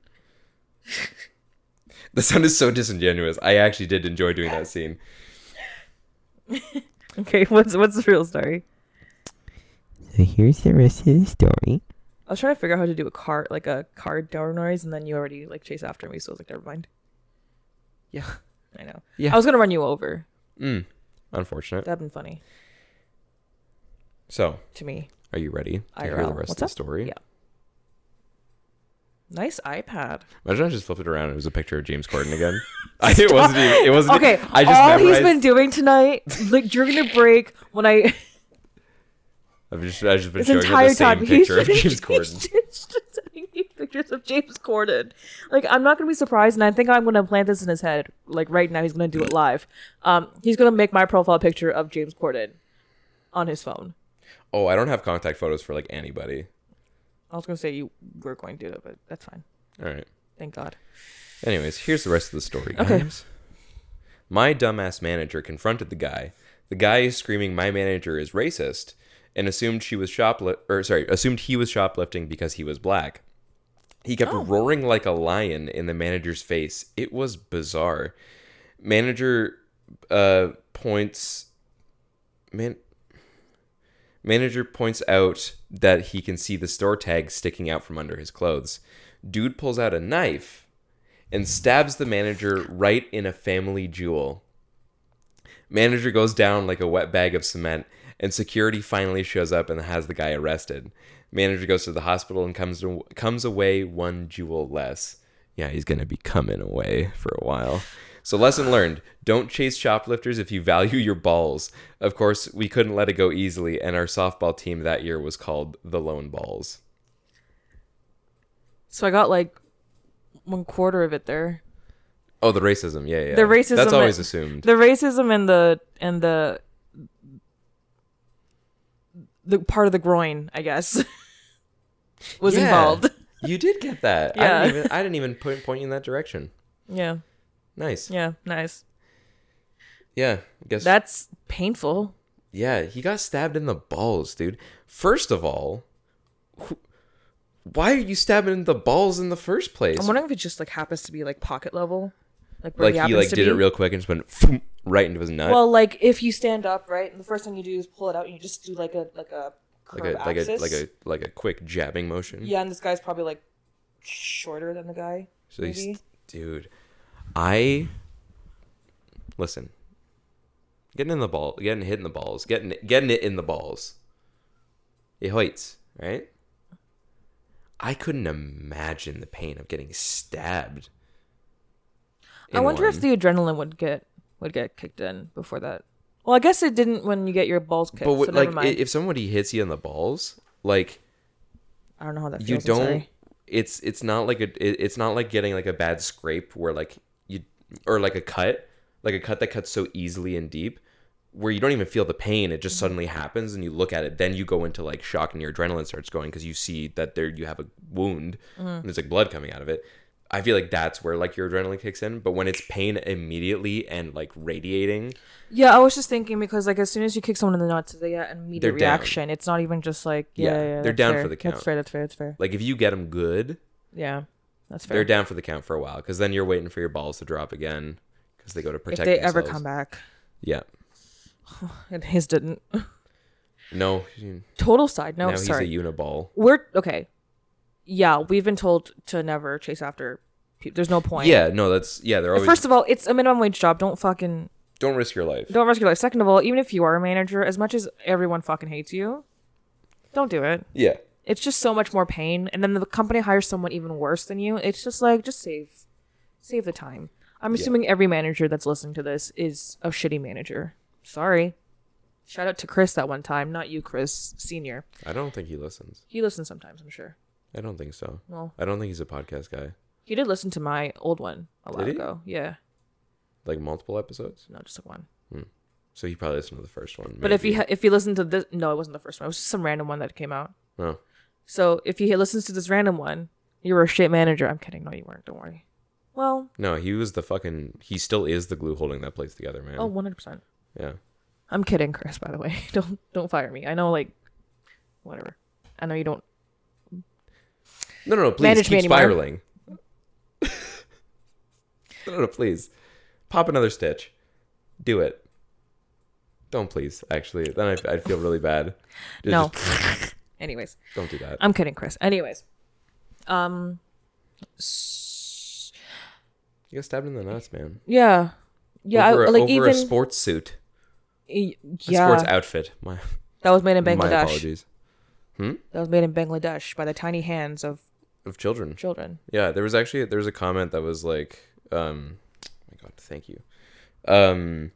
Speaker 2: that sounded so disingenuous. I actually did enjoy doing that scene.
Speaker 3: Okay, what's what's the real story?
Speaker 4: So here's the rest of the story.
Speaker 3: I was trying to figure out how to do a car like a car door noise, and then you already like chase after me, so I was like, never mind.
Speaker 2: Yeah.
Speaker 3: I know.
Speaker 2: Yeah.
Speaker 3: I was gonna run you over.
Speaker 2: Mm. Unfortunate.
Speaker 3: That'd been funny
Speaker 2: So,
Speaker 3: to me.
Speaker 2: are you ready to hear the
Speaker 3: IRL.
Speaker 2: rest
Speaker 3: What's
Speaker 2: of the
Speaker 3: up?
Speaker 2: story?
Speaker 3: Yeah. Nice iPad.
Speaker 2: Imagine I just flipped it around and it was a picture of James Corden again. I, it wasn't even. It wasn't.
Speaker 3: Okay,
Speaker 2: I just
Speaker 3: all
Speaker 2: memorized.
Speaker 3: he's been doing tonight, like during the break, when I
Speaker 2: I've just, I've just been
Speaker 3: his
Speaker 2: showing you
Speaker 3: entire
Speaker 2: the same
Speaker 3: time he's
Speaker 2: picture of
Speaker 3: been-
Speaker 2: James
Speaker 3: he's
Speaker 2: Corden.
Speaker 3: just sending me pictures of James Corden. Like I'm not gonna be surprised, and I think I'm gonna plant this in his head. Like right now, he's gonna do it live. Um, he's gonna make my profile picture of James Corden on his phone.
Speaker 2: Oh, I don't have contact photos for like anybody.
Speaker 3: I was gonna say you were going to do it, but that's fine.
Speaker 2: All right.
Speaker 3: Thank God.
Speaker 2: Anyways, here's the rest of the story, guys.
Speaker 3: Okay.
Speaker 2: My dumbass manager confronted the guy. The guy is screaming, "My manager is racist," and assumed she was shoplift, or sorry, assumed he was shoplifting because he was black. He kept roaring like a lion in the manager's face. It was bizarre. Manager uh, points. Man, Manager points out that he can see the store tag sticking out from under his clothes. Dude pulls out a knife and stabs the manager right in a family jewel. Manager goes down like a wet bag of cement, and security finally shows up and has the guy arrested. Manager goes to the hospital and comes to, comes away one jewel less. Yeah, he's gonna be coming away for a while. So lesson learned: don't chase shoplifters if you value your balls. Of course, we couldn't let it go easily, and our softball team that year was called the Lone Balls.
Speaker 3: So I got like one quarter of it there.
Speaker 2: Oh, the racism. Yeah, yeah.
Speaker 3: The racism
Speaker 2: That's
Speaker 3: that-
Speaker 2: always assumed.
Speaker 3: The racism and the and the the part of the groin, I guess, was
Speaker 2: Yeah.
Speaker 3: involved.
Speaker 2: You did get that. I
Speaker 3: Yeah.
Speaker 2: didn't even I didn't even point, point you in that direction.
Speaker 3: Yeah.
Speaker 2: Nice. Yeah.
Speaker 3: Yeah. Nice.
Speaker 2: I guess
Speaker 3: That's painful.
Speaker 2: yeah, he got stabbed in the balls, dude. First of all, wh- why are you stabbing in the balls in the first place?
Speaker 3: I'm wondering if it just like happens to be like pocket level, like where
Speaker 2: like he
Speaker 3: happens
Speaker 2: like
Speaker 3: to
Speaker 2: did
Speaker 3: be.
Speaker 2: it real quick and just went phoom, right into his nut.
Speaker 3: Well, like if you stand up, right, and the first thing you do is pull it out, and you just do like a like a
Speaker 2: like
Speaker 3: curve
Speaker 2: a like a
Speaker 3: axis.
Speaker 2: like a like a quick jabbing motion.
Speaker 3: yeah, and this guy's probably like shorter than the guy.
Speaker 2: So he's,
Speaker 3: maybe.
Speaker 2: dude, I listen. Getting in the ball, getting hit in the balls, getting getting it in the balls. It hurts, right? I couldn't imagine the pain of getting stabbed.
Speaker 3: I
Speaker 2: in
Speaker 3: wonder if
Speaker 2: one.
Speaker 3: the adrenaline would get would get kicked in before that. Well, I guess it didn't when you get your balls kicked.
Speaker 2: But what,
Speaker 3: so never
Speaker 2: like, i-
Speaker 3: mind.
Speaker 2: if somebody hits you in the balls, like
Speaker 3: I don't know how that feels.
Speaker 2: you
Speaker 3: I'm
Speaker 2: don't.
Speaker 3: sorry.
Speaker 2: It's it's not like a it- it's not like getting like a bad scrape where like you or like a cut like a cut that cuts so easily and deep where you don't even feel the pain. It just suddenly happens and you look at it. Then you go into like shock and your adrenaline starts going because you see that there you have a wound
Speaker 3: Mm-hmm.
Speaker 2: and there's like blood coming out of it. I feel like that's where like your adrenaline kicks in. But when it's pain immediately and like radiating,
Speaker 3: Yeah, I was just thinking because like as soon as you kick someone in the nuts, they get an immediate
Speaker 2: They're down.
Speaker 3: reaction. It's not even just like
Speaker 2: Yeah,
Speaker 3: yeah, yeah,
Speaker 2: they're
Speaker 3: that's
Speaker 2: down
Speaker 3: fair.
Speaker 2: for the count.
Speaker 3: That's fair. That's fair. That's fair.
Speaker 2: like if you get them good,
Speaker 3: Yeah, that's fair.
Speaker 2: they're down for the count for a while because then you're waiting for your balls to drop again because they go to
Speaker 3: if
Speaker 2: protect.
Speaker 3: they ever
Speaker 2: themselves.
Speaker 3: come back,
Speaker 2: yeah.
Speaker 3: and his didn't.
Speaker 2: No, he-
Speaker 3: Total side
Speaker 2: now
Speaker 3: note.
Speaker 2: he's
Speaker 3: Oh, sorry,
Speaker 2: a uniball.
Speaker 3: we're okay. Yeah, we've been told to never chase after. pe- There's no point.
Speaker 2: Yeah, no, that's yeah. They're always
Speaker 3: First of all, it's a minimum wage job. Don't fucking
Speaker 2: don't risk your life.
Speaker 3: Don't risk your life. Second of all, even if you are a manager, as much as everyone fucking hates you, don't do it.
Speaker 2: Yeah,
Speaker 3: It's just so much more pain. And then the company hires someone even worse than you. It's just like, just save, save the time. I'm assuming every manager that's listening to this is a shitty manager. Sorry. Shout out to Chris that one time, not you, Chris Senior.
Speaker 2: I don't think he listens.
Speaker 3: He listens sometimes, I'm sure.
Speaker 2: I don't think so.
Speaker 3: Well.
Speaker 2: I don't think he's a podcast guy.
Speaker 3: He did listen to my old one a while
Speaker 2: Did he?
Speaker 3: ago. Yeah,
Speaker 2: Like multiple episodes,
Speaker 3: no, just like one.
Speaker 2: so he probably listened to the first one.
Speaker 3: But if he
Speaker 2: maybe.
Speaker 3: ha- if he listened to this, no, it wasn't the first one. It was just some random one that came out.
Speaker 2: no,
Speaker 3: So if he listens to this random one, you were a shit manager. I'm kidding. No, you weren't. Don't worry. Well,
Speaker 2: no, he was the fucking. He still is the glue holding that place together, man.
Speaker 3: oh, 100%.
Speaker 2: Yeah,
Speaker 3: I'm kidding, Chris, by the way. Don't don't fire me. I know like whatever. I know you don't.
Speaker 2: no, no, no. Please
Speaker 3: Manage me
Speaker 2: keep
Speaker 3: anymore.
Speaker 2: spiraling. no, no, no, please, pop another stitch. Do it. Don't please. Actually, then I'd, I'd feel really bad. Just-
Speaker 3: No.
Speaker 2: just
Speaker 3: Anyways,
Speaker 2: don't do that.
Speaker 3: I'm kidding, Chris. Anyways. Um s-
Speaker 2: You got stabbed in the nuts, man.
Speaker 3: yeah. Yeah,
Speaker 2: over
Speaker 3: I,
Speaker 2: a,
Speaker 3: like
Speaker 2: over
Speaker 3: even
Speaker 2: a sports suit,
Speaker 3: y-
Speaker 2: a
Speaker 3: yeah.
Speaker 2: sports outfit. My
Speaker 3: that was made in
Speaker 2: my
Speaker 3: Bangladesh.
Speaker 2: apologies
Speaker 3: That was made in Bangladesh by the tiny hands of
Speaker 2: of children.
Speaker 3: children.
Speaker 2: Yeah, there was actually there was a comment that was like, um, my God, thank you. Um,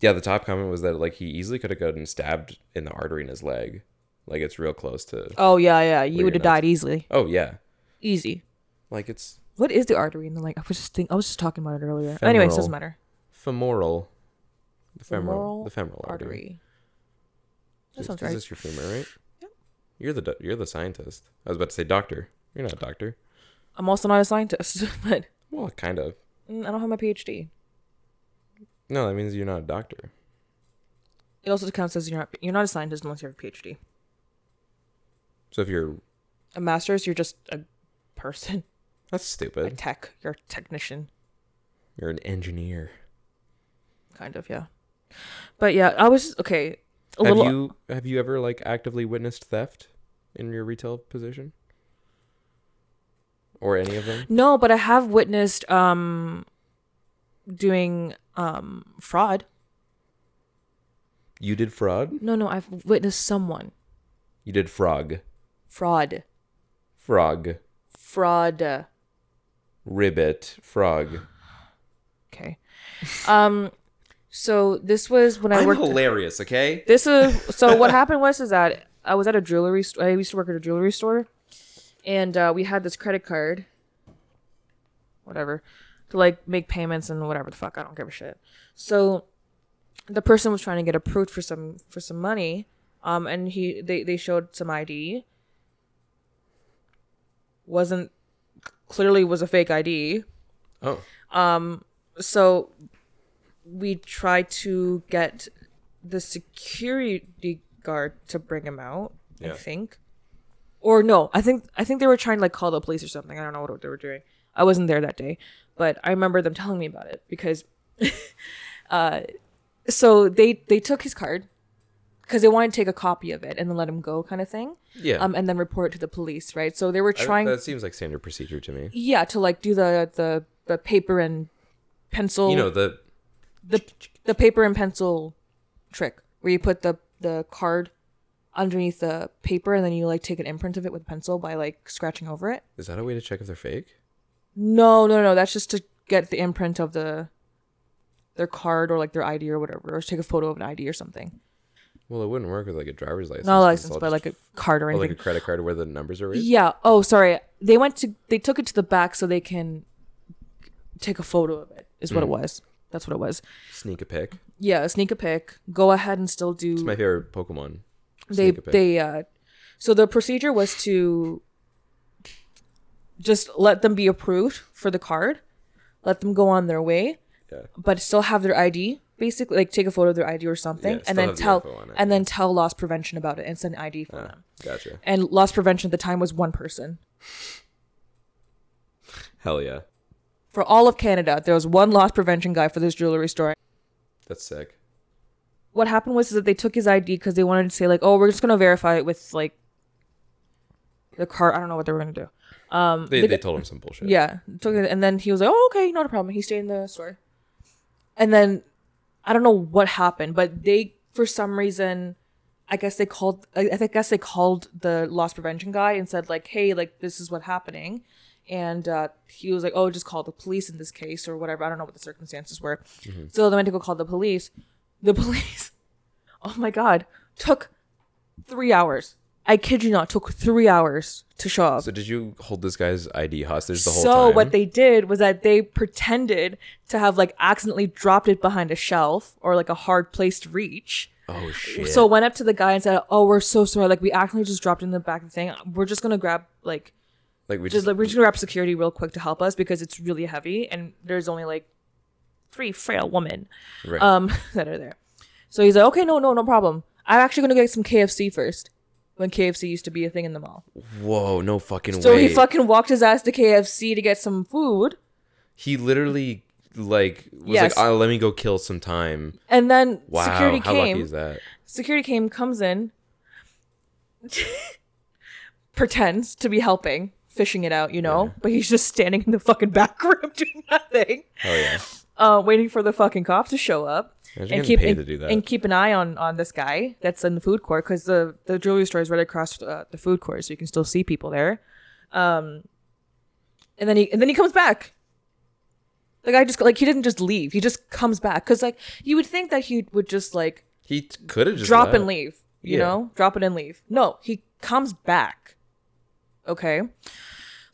Speaker 2: yeah, the top comment was that like he easily could have gotten stabbed in the artery in his leg, like it's real close to.
Speaker 3: Oh yeah, yeah. You would have
Speaker 2: your nuts.
Speaker 3: died easily.
Speaker 2: Oh yeah,
Speaker 3: Easy.
Speaker 2: like it's
Speaker 3: What is the artery in the leg? I was just think I was just talking about it earlier. Anyways,
Speaker 2: Femoral.
Speaker 3: doesn't matter.
Speaker 2: femoral, the femoral,
Speaker 3: Femoral
Speaker 2: the femoral artery.
Speaker 3: artery. That
Speaker 2: Is-
Speaker 3: sounds
Speaker 2: is
Speaker 3: right.
Speaker 2: this your femur, right? You're the do- you're the scientist. I was about to say doctor. You're not a doctor.
Speaker 3: I'm also not a scientist, but
Speaker 2: Well, kind of.
Speaker 3: mm, I don't have my PhD.
Speaker 2: No, that means you're not a doctor.
Speaker 3: It also counts as you're not you're not a scientist unless you have a PhD.
Speaker 2: So if you're
Speaker 3: A master's, you're just a person,
Speaker 2: that's
Speaker 3: a
Speaker 2: stupid.
Speaker 3: tech, you're a technician,
Speaker 2: You're an engineer.
Speaker 3: kind of, yeah. But yeah, I was okay. A
Speaker 2: have
Speaker 3: little.
Speaker 2: you have you ever like actively witnessed theft in your retail position? Or any of them?
Speaker 3: No, but I have witnessed um doing um fraud.
Speaker 2: You did fraud?
Speaker 3: No, no, I've witnessed someone
Speaker 2: You did frog.
Speaker 3: fraud,
Speaker 2: Frog.
Speaker 3: fraud.
Speaker 2: Ribbit. Frog.
Speaker 3: Okay. Um so this was when I
Speaker 2: I'm
Speaker 3: worked
Speaker 2: hilarious, okay?
Speaker 3: This is so what happened was is that I was at a jewelry store. I used to work at a jewelry store and uh, we had this credit card whatever to like make payments and whatever the fuck, I don't give a shit. So the person was trying to get approved for some for some money um and he they they showed some ID wasn't clearly was a fake ID
Speaker 2: Oh.
Speaker 3: so we tried to get the security guard to bring him out
Speaker 2: Yeah.
Speaker 3: i think or no i think i think they were trying to like call the police or something i don't know what they were doing i wasn't there that day but i remember them telling me about it because uh so they they took his card because they wanted to take a copy of it and then let him go kind of thing
Speaker 2: Yeah.
Speaker 3: um and then report it to the police right so they were
Speaker 2: I-
Speaker 3: trying
Speaker 2: that seems like standard procedure to me.
Speaker 3: yeah to like do the the the paper and pencil
Speaker 2: You know, the
Speaker 3: the the paper and pencil trick where you put the the card underneath the paper and then you like take an imprint of it with a pencil by like scratching over it.
Speaker 2: Is that a way to check if they're fake?
Speaker 3: No, no, no. That's just to get the imprint of the their card or like their ID or whatever, or take a photo of an ID or something.
Speaker 2: Well, it wouldn't work with like a driver's license.
Speaker 3: Not a
Speaker 2: 'cause it's
Speaker 3: license,
Speaker 2: all
Speaker 3: but
Speaker 2: just-
Speaker 3: like a card or
Speaker 2: or like
Speaker 3: anything.
Speaker 2: a credit card where the numbers are raised.
Speaker 3: yeah. Oh, sorry. They went to they took it to the back so they can take a photo of it. Is
Speaker 2: Mm.
Speaker 3: what it was. That's what it was.
Speaker 2: Sneak a pic.
Speaker 3: Yeah, sneak a pic. Go ahead and still do.
Speaker 2: It's my favorite Pokemon.
Speaker 3: they
Speaker 2: sneak a pic.
Speaker 3: they uh so the procedure was to just let them be approved for the card let them go on their way
Speaker 2: Yeah.
Speaker 3: but still have their id basically like take a photo of their id or something
Speaker 2: still
Speaker 3: and then
Speaker 2: have the
Speaker 3: tell
Speaker 2: info on it. Ah.
Speaker 3: and then tell loss prevention about it and send id for them
Speaker 2: Gotcha.
Speaker 3: and loss prevention at the time was one person
Speaker 2: Hell yeah.
Speaker 3: for all of canada there was one loss prevention guy for this jewelry store
Speaker 2: That's sick.
Speaker 3: what happened was is that they took his id because they wanted to say like oh we're just going to verify it with like the card i don't know what they were going to do
Speaker 2: They, they told him some bullshit.
Speaker 3: Um, Yeah, took it, and then he was like, "Oh, okay, not a problem." He stayed in the store, and then I don't know what happened, but they for some reason, I guess they called. I, I guess they called the loss prevention guy and said like, "Hey, like this is what's happening," and uh, he was like, "Oh, just call the police in this case or whatever." I don't know what the circumstances were. So they went to go call the police. The police, oh my god, took three hours. I kid you not, took three hours to show up
Speaker 2: So did you hold this guy's ID hostage the whole
Speaker 3: so
Speaker 2: time?
Speaker 3: what they did was that they pretended to have like accidentally dropped it behind a shelf or like a hard place to reach
Speaker 2: Oh shit.
Speaker 3: so went up to the guy and said oh we're so sorry like we accidentally just dropped it in the back of the thing we're just gonna grab like
Speaker 2: like we
Speaker 3: just
Speaker 2: just
Speaker 3: like we're just gonna grab security real quick to help us because it's really heavy and there's only like three frail women
Speaker 2: right.
Speaker 3: um that are there so he's like okay no no no problem i'm actually gonna get some kfc first when kfc used to be a thing in the mall
Speaker 2: Whoa, no fucking
Speaker 3: so
Speaker 2: way.
Speaker 3: he fucking walked his ass to kfc to get some food
Speaker 2: He literally like was
Speaker 3: Yes.
Speaker 2: like, oh, let me go kill some time.
Speaker 3: And then
Speaker 2: Wow,
Speaker 3: security
Speaker 2: how
Speaker 3: came.
Speaker 2: lucky is that?
Speaker 3: Security came, comes in, pretends to be helping, fishing it out, you know, but he's just standing in the fucking back room doing nothing,
Speaker 2: Oh yeah.
Speaker 3: uh, waiting for the fucking cop to show up.
Speaker 2: Imagine getting paid
Speaker 3: and,
Speaker 2: to do that.
Speaker 3: and keep an eye on on this guy that's in the food court because the the jewelry store is right across uh, the food court, so you can still see people there. Um, and then he and then he comes back. The guy just like he didn't just leave; he just comes back because like you would think that he would just like
Speaker 2: He could have just
Speaker 3: drop
Speaker 2: left.
Speaker 3: and leave. You
Speaker 2: Yeah.
Speaker 3: know, drop it and leave. No, he comes back. Okay.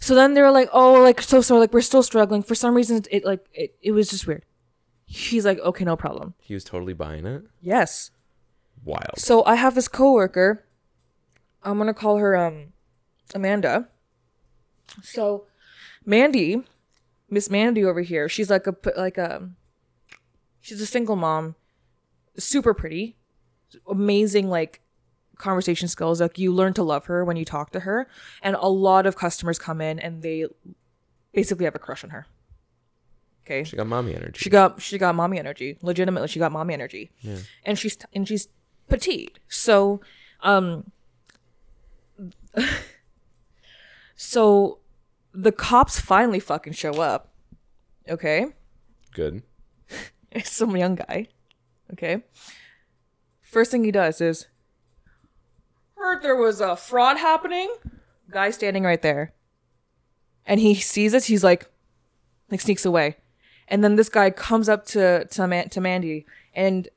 Speaker 3: So then they were like, "Oh, like so sorry, like we're still struggling for some reason." It like it, it was just weird. He's like, "Okay, no problem."
Speaker 2: He was totally buying it.
Speaker 3: Yes.
Speaker 2: Wild.
Speaker 3: So I have this coworker. I'm gonna call her um Amanda. So Mandy, Miss Mandy over here, she's like a p- like a she's a single mom, super pretty, amazing like conversation skills. Like you learn to love her when you talk to her, and a lot of customers come in and they basically have a crush on her. Okay,
Speaker 2: She got mommy energy.
Speaker 3: she got she got mommy energy. Legitimately, she got mommy energy. And she's and she's petite. So, um, so the cops finally fucking show up. Okay,
Speaker 2: Good.
Speaker 3: it's some young guy. Okay. First thing he does is heard there was a fraud happening. Guy standing right there. And he sees us, he's like like sneaks away. And then this guy comes up to to, Man- to Mandy and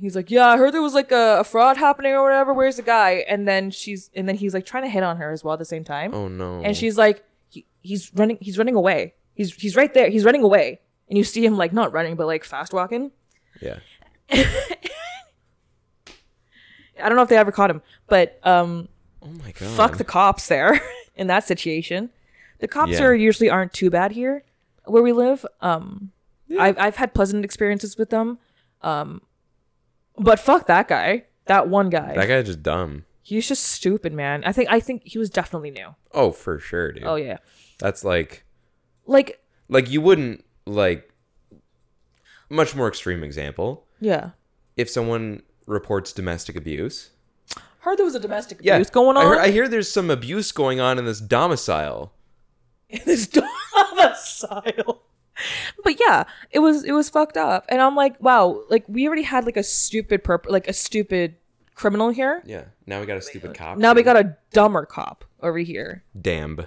Speaker 3: he's like, "Yeah, I heard there was like a, a fraud happening or whatever. Where's the guy?" And then she's and then he's like trying to hit on her as well at the same time
Speaker 2: Oh no.
Speaker 3: and she's like he, he's running he's running away he's he's right there he's running away and you see him like not running but like fast walking
Speaker 2: Yeah.
Speaker 3: i don't know if they ever caught him but um
Speaker 2: Oh my god.
Speaker 3: fuck the cops there in that situation the cops
Speaker 2: Yeah.
Speaker 3: are usually aren't too bad here where we live um I've, I've had pleasant experiences with them um but fuck that guy that one guy
Speaker 2: That guy's just dumb.
Speaker 3: he's just stupid man i think i think he was definitely new
Speaker 2: Oh, for sure, dude.
Speaker 3: oh yeah
Speaker 2: That's like
Speaker 3: like
Speaker 2: like you wouldn't like much more extreme example.
Speaker 3: yeah
Speaker 2: If someone reports domestic abuse,
Speaker 3: heard there was a domestic abuse going on
Speaker 2: I hear, I hear there's some abuse going on in this domicile.
Speaker 3: in this domicile. But yeah, it was it was fucked up, and I'm like, wow, like we already had like a stupid purp, like a stupid criminal here.
Speaker 2: Yeah. Now we got a stupid cop.
Speaker 3: Now we got a dumber cop over here.
Speaker 2: damn.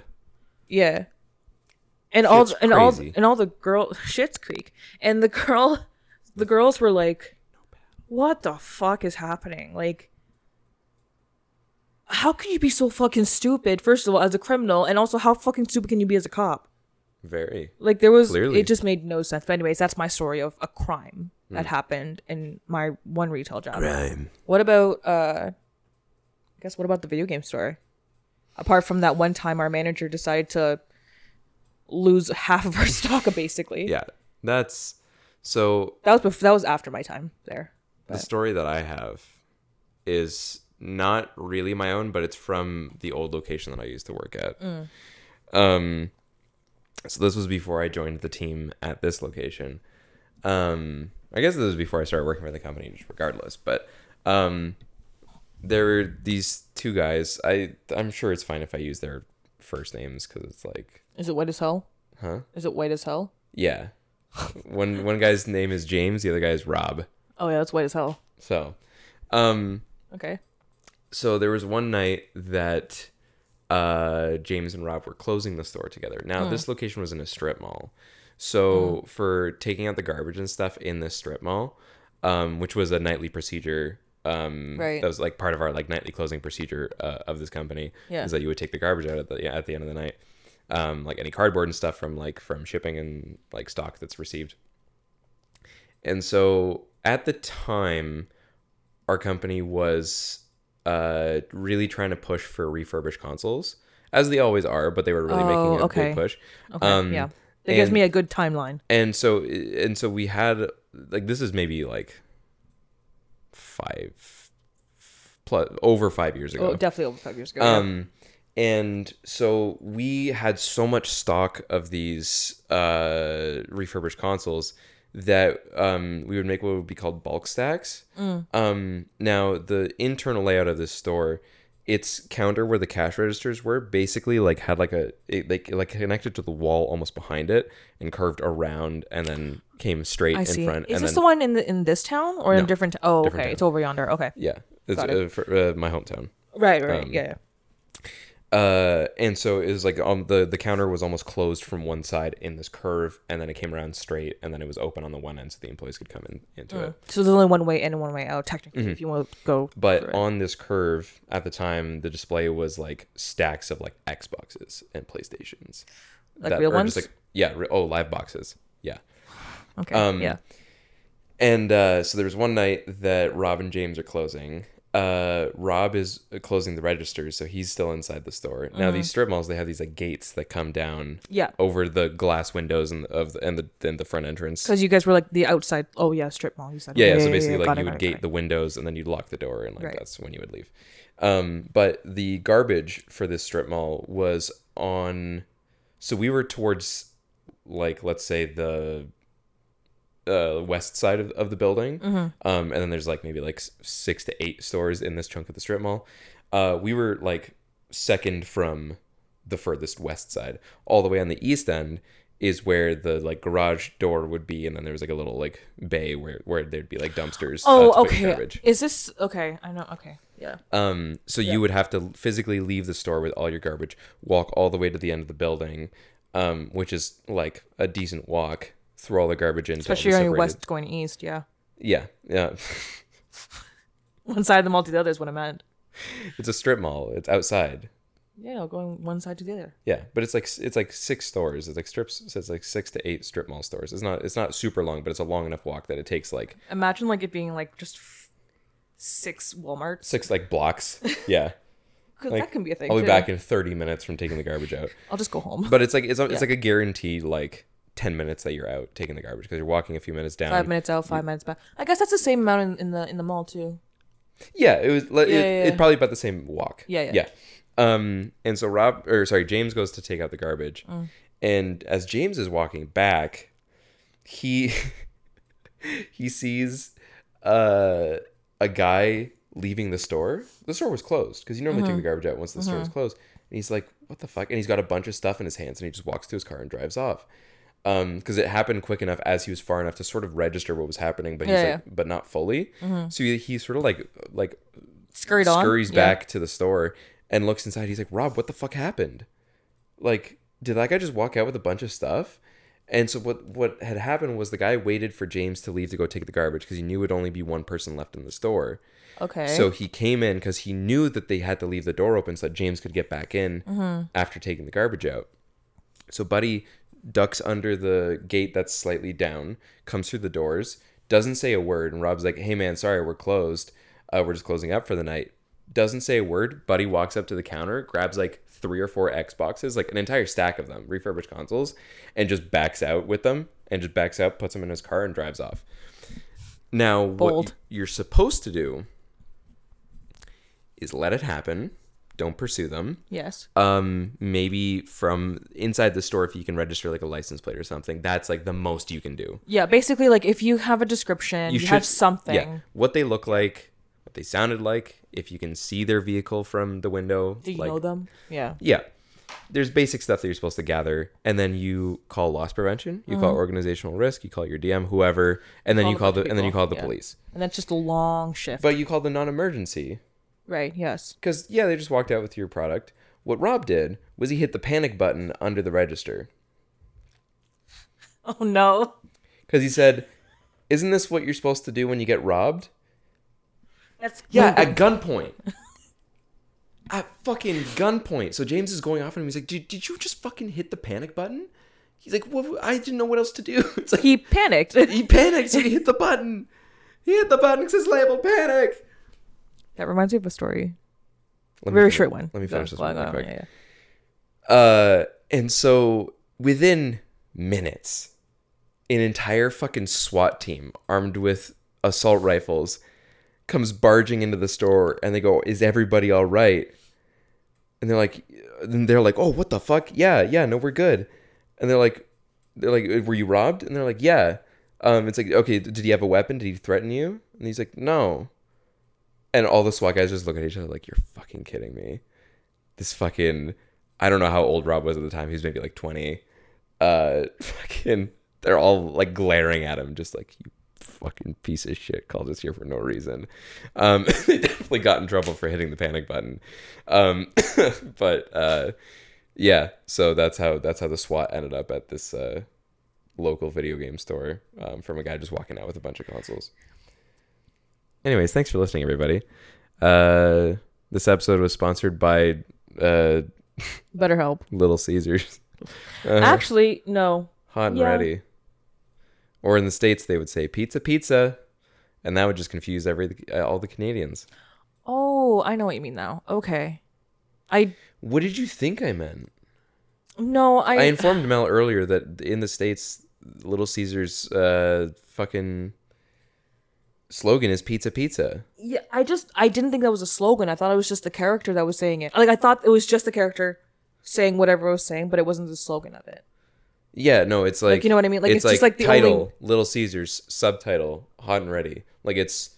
Speaker 3: Yeah. And all
Speaker 2: Shit's
Speaker 3: and all
Speaker 2: crazy.
Speaker 3: and all the girl shits creek. And the girl the girls were like what the fuck is happening? Like how can you be so fucking stupid first of all as a criminal and also how fucking stupid can you be as a cop?
Speaker 2: Very.
Speaker 3: Like there was
Speaker 2: Clearly.
Speaker 3: it just made no sense. But anyways, that's my story of a crime
Speaker 2: Hmm.
Speaker 3: that happened in my one retail job.
Speaker 2: Crime.
Speaker 3: What about uh I guess what about the video game store? Apart from that one time our manager decided to lose half of our stock basically.
Speaker 2: Yeah. That's so
Speaker 3: That was before, that was after my time there.
Speaker 2: the story that I have is not really my own, but it's from the old location that I used to work at. Um, so this was before I joined the team at this location. Um, I guess this was before I started working for the company, just regardless. But um, there were these two guys. I I'm sure it's fine if I use their first names because it's like
Speaker 3: Is it white as hell?
Speaker 2: Huh?
Speaker 3: Is it white as hell?
Speaker 2: yeah. one one guy's name is James, the other guy's Rob.
Speaker 3: Oh yeah, it's white as hell.
Speaker 2: So, um,
Speaker 3: Okay.
Speaker 2: so there was one night that uh, James and Rob were closing the store together. Now
Speaker 3: Hmm.
Speaker 2: this location was in a strip mall, so for taking out the garbage and stuff in this strip mall, um, which was a nightly procedure. Um,
Speaker 3: Right.
Speaker 2: That was like part of our like nightly closing procedure uh, of this company.
Speaker 3: Yeah.
Speaker 2: Is that you would take the garbage out at the yeah, at the end of the night, um, like any cardboard and stuff from like from shipping and like stock that's received. And so at the time, our company was uh, really trying to push for refurbished consoles, as they always are, but they were really
Speaker 3: Oh,
Speaker 2: making a
Speaker 3: okay.
Speaker 2: big push.
Speaker 3: Okay.
Speaker 2: Um,
Speaker 3: yeah. It gives
Speaker 2: and-
Speaker 3: me a good timeline.
Speaker 2: and so and so we had like this is maybe like five plus over five years ago.
Speaker 3: Oh, definitely over five years ago. yeah.
Speaker 2: Um, and so we had so much stock of these uh, refurbished consoles that um, we would make what would be called bulk stacks.
Speaker 3: Mm.
Speaker 2: Um, now the internal layout of this store, its counter where the cash registers were basically like had like a it, like like connected to the wall almost behind it and curved around and then came straight
Speaker 3: I
Speaker 2: in
Speaker 3: see.
Speaker 2: front.
Speaker 3: Is
Speaker 2: and
Speaker 3: this
Speaker 2: then,
Speaker 3: the one in the in this town or in a
Speaker 2: No.
Speaker 3: different? T- oh,
Speaker 2: Different
Speaker 3: okay,
Speaker 2: town.
Speaker 3: it's over yonder. Okay,
Speaker 2: Yeah, it's
Speaker 3: Got it.
Speaker 2: uh, for, uh, my hometown.
Speaker 3: right, right,
Speaker 2: Um,
Speaker 3: yeah, yeah.
Speaker 2: uh and so it was like um the the counter was almost closed from one side in this curve and then it came around straight and then it was open on the one end so the employees could come in into it
Speaker 3: So there's only one way in and one way out technically. If you want to go,
Speaker 2: Mm-hmm. but
Speaker 3: through it.
Speaker 2: on this curve at the time the display was like stacks of like xboxes and playstations
Speaker 3: Like real
Speaker 2: are just,
Speaker 3: ones?
Speaker 2: yeah re- oh live boxes yeah
Speaker 3: okay,
Speaker 2: um,
Speaker 3: yeah,
Speaker 2: And uh, so there was one night that Rob and James are closing. Uh, Rob is closing the registers, so he's still inside the store. Now these strip malls, they have these like gates that come down
Speaker 3: Mm-hmm. Yeah. over
Speaker 2: over the glass windows and of the, and the and the front entrance.
Speaker 3: because you guys were like the outside. Oh yeah, strip mall. You said
Speaker 2: Yeah, yeah, so basically, like
Speaker 3: got
Speaker 2: you
Speaker 3: it,
Speaker 2: would
Speaker 3: got it,
Speaker 2: gate
Speaker 3: got
Speaker 2: the windows and then you'd lock the door, and like
Speaker 3: Right.
Speaker 2: that's when you would leave. Um, but the garbage for this strip mall was on. So we were towards, like, let's say the uh, west side of, of the building,
Speaker 3: Mm-hmm.
Speaker 2: um, and then there's like maybe like s- six to eight stores in this chunk of the strip mall. Uh, we were like second from the furthest west side. All the way on the east end is where the like garage door would be, and then there was like a little like bay where where there'd be like dumpsters. uh,
Speaker 3: Oh
Speaker 2: to put your
Speaker 3: okay. Is this okay? I know. Okay, yeah.
Speaker 2: Um, so you would have to physically leave the store with all your garbage, walk all the way to the end of the building, um, which is like a decent walk. Throw all the garbage into
Speaker 3: Especially you're on your west going east. Yeah,
Speaker 2: Yeah, yeah.
Speaker 3: one side of the mall to the other is what I meant.
Speaker 2: it's a strip mall. It's outside.
Speaker 3: Yeah, no, going one side to the other.
Speaker 2: Yeah, but it's like s- it's like six stores. It's like strips. So it's like six to eight strip mall stores. It's not it's not super long, but it's a long enough walk that it takes like
Speaker 3: Imagine like it being like just f- six WalMarts.
Speaker 2: six like blocks. Yeah,
Speaker 3: 'Cause
Speaker 2: like,
Speaker 3: that can be a thing.
Speaker 2: I'll be
Speaker 3: too.
Speaker 2: back in thirty minutes from taking the garbage out.
Speaker 3: I'll just go home.
Speaker 2: But it's like it's, a- it's like a guaranteed like ten minutes that you're out taking the garbage because you're walking a few minutes down.
Speaker 3: Five minutes out, five minutes back. I guess that's the same amount in, in the in the mall too.
Speaker 2: Yeah, it was. Like,
Speaker 3: Yeah,
Speaker 2: it,
Speaker 3: yeah,
Speaker 2: it
Speaker 3: yeah.
Speaker 2: probably about the same walk.
Speaker 3: Yeah, yeah.
Speaker 2: yeah. Um, and so Rob, or sorry, James goes to take out the garbage,
Speaker 3: Mm.
Speaker 2: and as James is walking back, he he sees uh, a guy leaving the store. The store was closed because you normally
Speaker 3: Mm-hmm.
Speaker 2: take the garbage out once the store is closed. And he's like, "What the fuck?" And he's got a bunch of stuff in his hands, and he just walks to his car and drives off. Um, because it happened quick enough as he was far enough to sort of register what was happening, but he's
Speaker 3: Yeah, Mm-hmm.
Speaker 2: like, but not fully. So he, he sort of like like
Speaker 3: Scurried on.
Speaker 2: scurries
Speaker 3: Yeah.
Speaker 2: back to the store and looks inside. He's like, Rob, what the fuck happened? Like, did that guy just walk out with a bunch of stuff? And so what what had happened was the guy waited for James to leave to go take the garbage because he knew it'd only be one person left in the store.
Speaker 3: Okay.
Speaker 2: So he came in because he knew that they had to leave the door open so that James could get back in
Speaker 3: Mm-hmm.
Speaker 2: after taking the garbage out. So Buddy ducks under the gate that's slightly down, comes through the doors, doesn't say a word, and Rob's like, "Hey man, sorry, we're closed. Uh, we're just closing up for the night." Doesn't say a word. Buddy walks up to the counter, grabs like three or four Xboxes, like an entire stack of them, refurbished consoles, and just backs out with them, and just backs out, puts them in his car, and drives off. Now, what
Speaker 3: Bold.
Speaker 2: y- you're supposed to do is let it happen. Don't pursue them
Speaker 3: yes.
Speaker 2: um maybe from inside the store if you can register like a license plate or something that's like the most you can do
Speaker 3: Yeah. Basically, like if you have a description, you, have something.
Speaker 2: yeah what they look like what they sounded like if you can see their vehicle from the window
Speaker 3: Do you
Speaker 2: like,
Speaker 3: know them? Yeah.
Speaker 2: yeah there's basic stuff that you're supposed to gather and then you call loss prevention you call organizational risk you call your dm whoever and then
Speaker 3: Mm-hmm.
Speaker 2: you call
Speaker 3: Call a
Speaker 2: the
Speaker 3: bunch of
Speaker 2: and then you
Speaker 3: people,
Speaker 2: call the
Speaker 3: yeah.
Speaker 2: police
Speaker 3: And that's just a long shift.
Speaker 2: but you call the non-emergency
Speaker 3: right. Yes.
Speaker 2: because yeah they just walked out with your product what rob did was he hit the panic button under the register
Speaker 3: Oh no.
Speaker 2: because he said, "Isn't this what you're supposed to do when you get robbed?"
Speaker 3: That's
Speaker 2: Yeah, at gunpoint. at fucking gunpoint. So James is going off on him. He's like, "Did did you just fucking hit the panic button?" He's like, "What? I didn't know what else to do." It's like he,
Speaker 3: He panicked.
Speaker 2: panicked, so he hit the button. He hit the button. It says label panic.
Speaker 3: that reminds me of a story.
Speaker 2: Let me
Speaker 3: Very
Speaker 2: finish-
Speaker 3: short one.
Speaker 2: Let me finish
Speaker 3: That's
Speaker 2: this
Speaker 3: why
Speaker 2: one real
Speaker 3: I-
Speaker 2: quick.
Speaker 3: yeah, yeah.
Speaker 2: Uh, and so within minutes, an entire fucking SWAT team armed with assault rifles comes barging into the store and they go, Is everybody all right? And they're like, then they're like, Oh, what the fuck? Yeah, yeah, no, we're good. And they're like, They're like, Were you robbed? And they're like, Yeah. Um, it's like, Okay, did he have a weapon? Did he threaten you? And he's like, No. And all the SWAT guys just look at each other like, You're fucking kidding me this fucking I don't know how old Rob was at the time. He was maybe like 20. Uh fucking they're all like glaring at him just like you fucking piece of shit called us here for no reason. Um they definitely got in trouble for hitting the panic button. Um but uh yeah, so that's how that's how the SWAT ended up at this uh local video game store um, from a guy just walking out with a bunch of consoles. Anyways, thanks for listening everybody. Uh this episode was sponsored by uh,
Speaker 3: Better help.
Speaker 2: Little Caesars, Uh-huh.
Speaker 3: Actually, no.
Speaker 2: hot and
Speaker 3: Yeah.
Speaker 2: ready. Or in the states, they would say pizza, pizza, and that would just confuse every uh, all the Canadians.
Speaker 3: Oh, I know what you mean now. Okay. I
Speaker 2: What did you think I meant?
Speaker 3: no. I,
Speaker 2: I informed Mel earlier that in the states, Little Caesars' uh, fucking slogan is pizza, pizza.
Speaker 3: yeah, I just I didn't think that was a slogan. I thought it was just the character that was saying it. Like I thought it was just the character saying whatever it was saying, but it wasn't the slogan of it.
Speaker 2: Yeah, no, it's like,
Speaker 3: you know what I mean? Like, it's just like the
Speaker 2: title
Speaker 3: only-
Speaker 2: Little Caesars subtitle hot and ready. Like it's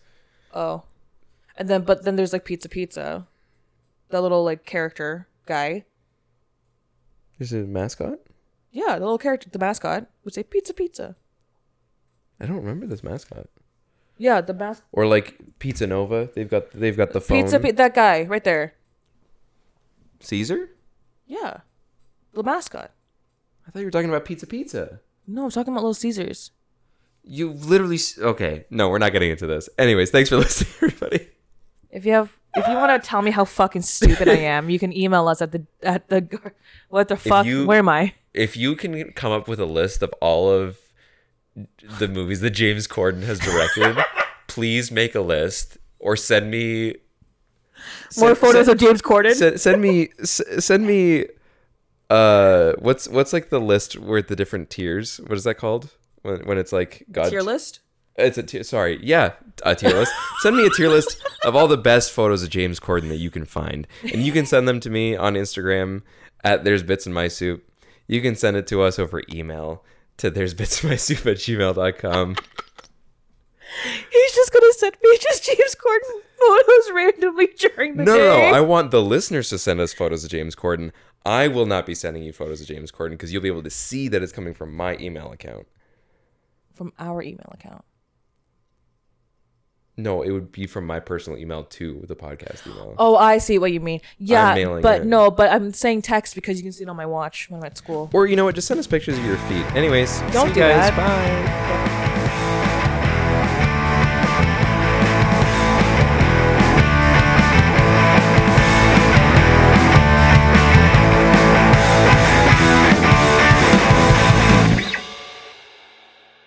Speaker 3: Oh. And then but then there's like Pizza Pizza. The little like character guy.
Speaker 2: there's a mascot.
Speaker 3: Yeah, the little character, the mascot would say Pizza Pizza.
Speaker 2: I don't remember this mascot.
Speaker 3: Yeah, the mas-
Speaker 2: or like Pizza Nova. They've got they've got the phone.
Speaker 3: Pizza Pi- that guy right there.
Speaker 2: Caesar.
Speaker 3: Yeah. The mascot.
Speaker 2: I thought you were talking about Pizza Pizza.
Speaker 3: No, I'm talking about Little Caesars.
Speaker 2: You literally s- okay. No, we're not getting into this. Anyways, thanks for listening, everybody.
Speaker 3: If you have, if you want to tell me how fucking stupid I am, you can email us at the at the gar- what the fuck?
Speaker 2: you-
Speaker 3: Where am I?
Speaker 2: If you can come up with a list of all of the movies that James Corden has directed, please make a list or send me
Speaker 3: More
Speaker 2: send-
Speaker 3: photos of James Corden.
Speaker 2: send, send me s- send me uh what's what's like the list with the different tiers? What is that called? When when it's like God
Speaker 3: Tier list.
Speaker 2: It's a tier. Sorry, yeah, a tier list. send me a tier list of all the best photos of James Corden that you can find, and you can send them to me on Instagram at There's Bits in My Soup. You can send it to us over email to There's Bits in My Soup at gmail.com.
Speaker 3: He's just gonna send me just James Corden photos randomly during the
Speaker 2: No, no,
Speaker 3: day.
Speaker 2: no. I want the listeners to send us photos of James Corden. I will not be sending you photos of James Corden because you'll be able to see that it's coming from my email account.
Speaker 3: From our email account.
Speaker 2: No, it would be from my personal email to the podcast email.
Speaker 3: Oh, I see what you mean. Yeah,
Speaker 2: mailing
Speaker 3: but
Speaker 2: it.
Speaker 3: no, but I'm saying text because you can see it on my watch when I'm at school.
Speaker 2: Or you know what? Just send us pictures of your feet. Anyways,
Speaker 3: Don't
Speaker 2: see
Speaker 3: do
Speaker 2: you guys.
Speaker 3: that.
Speaker 2: Bye.
Speaker 3: Bye.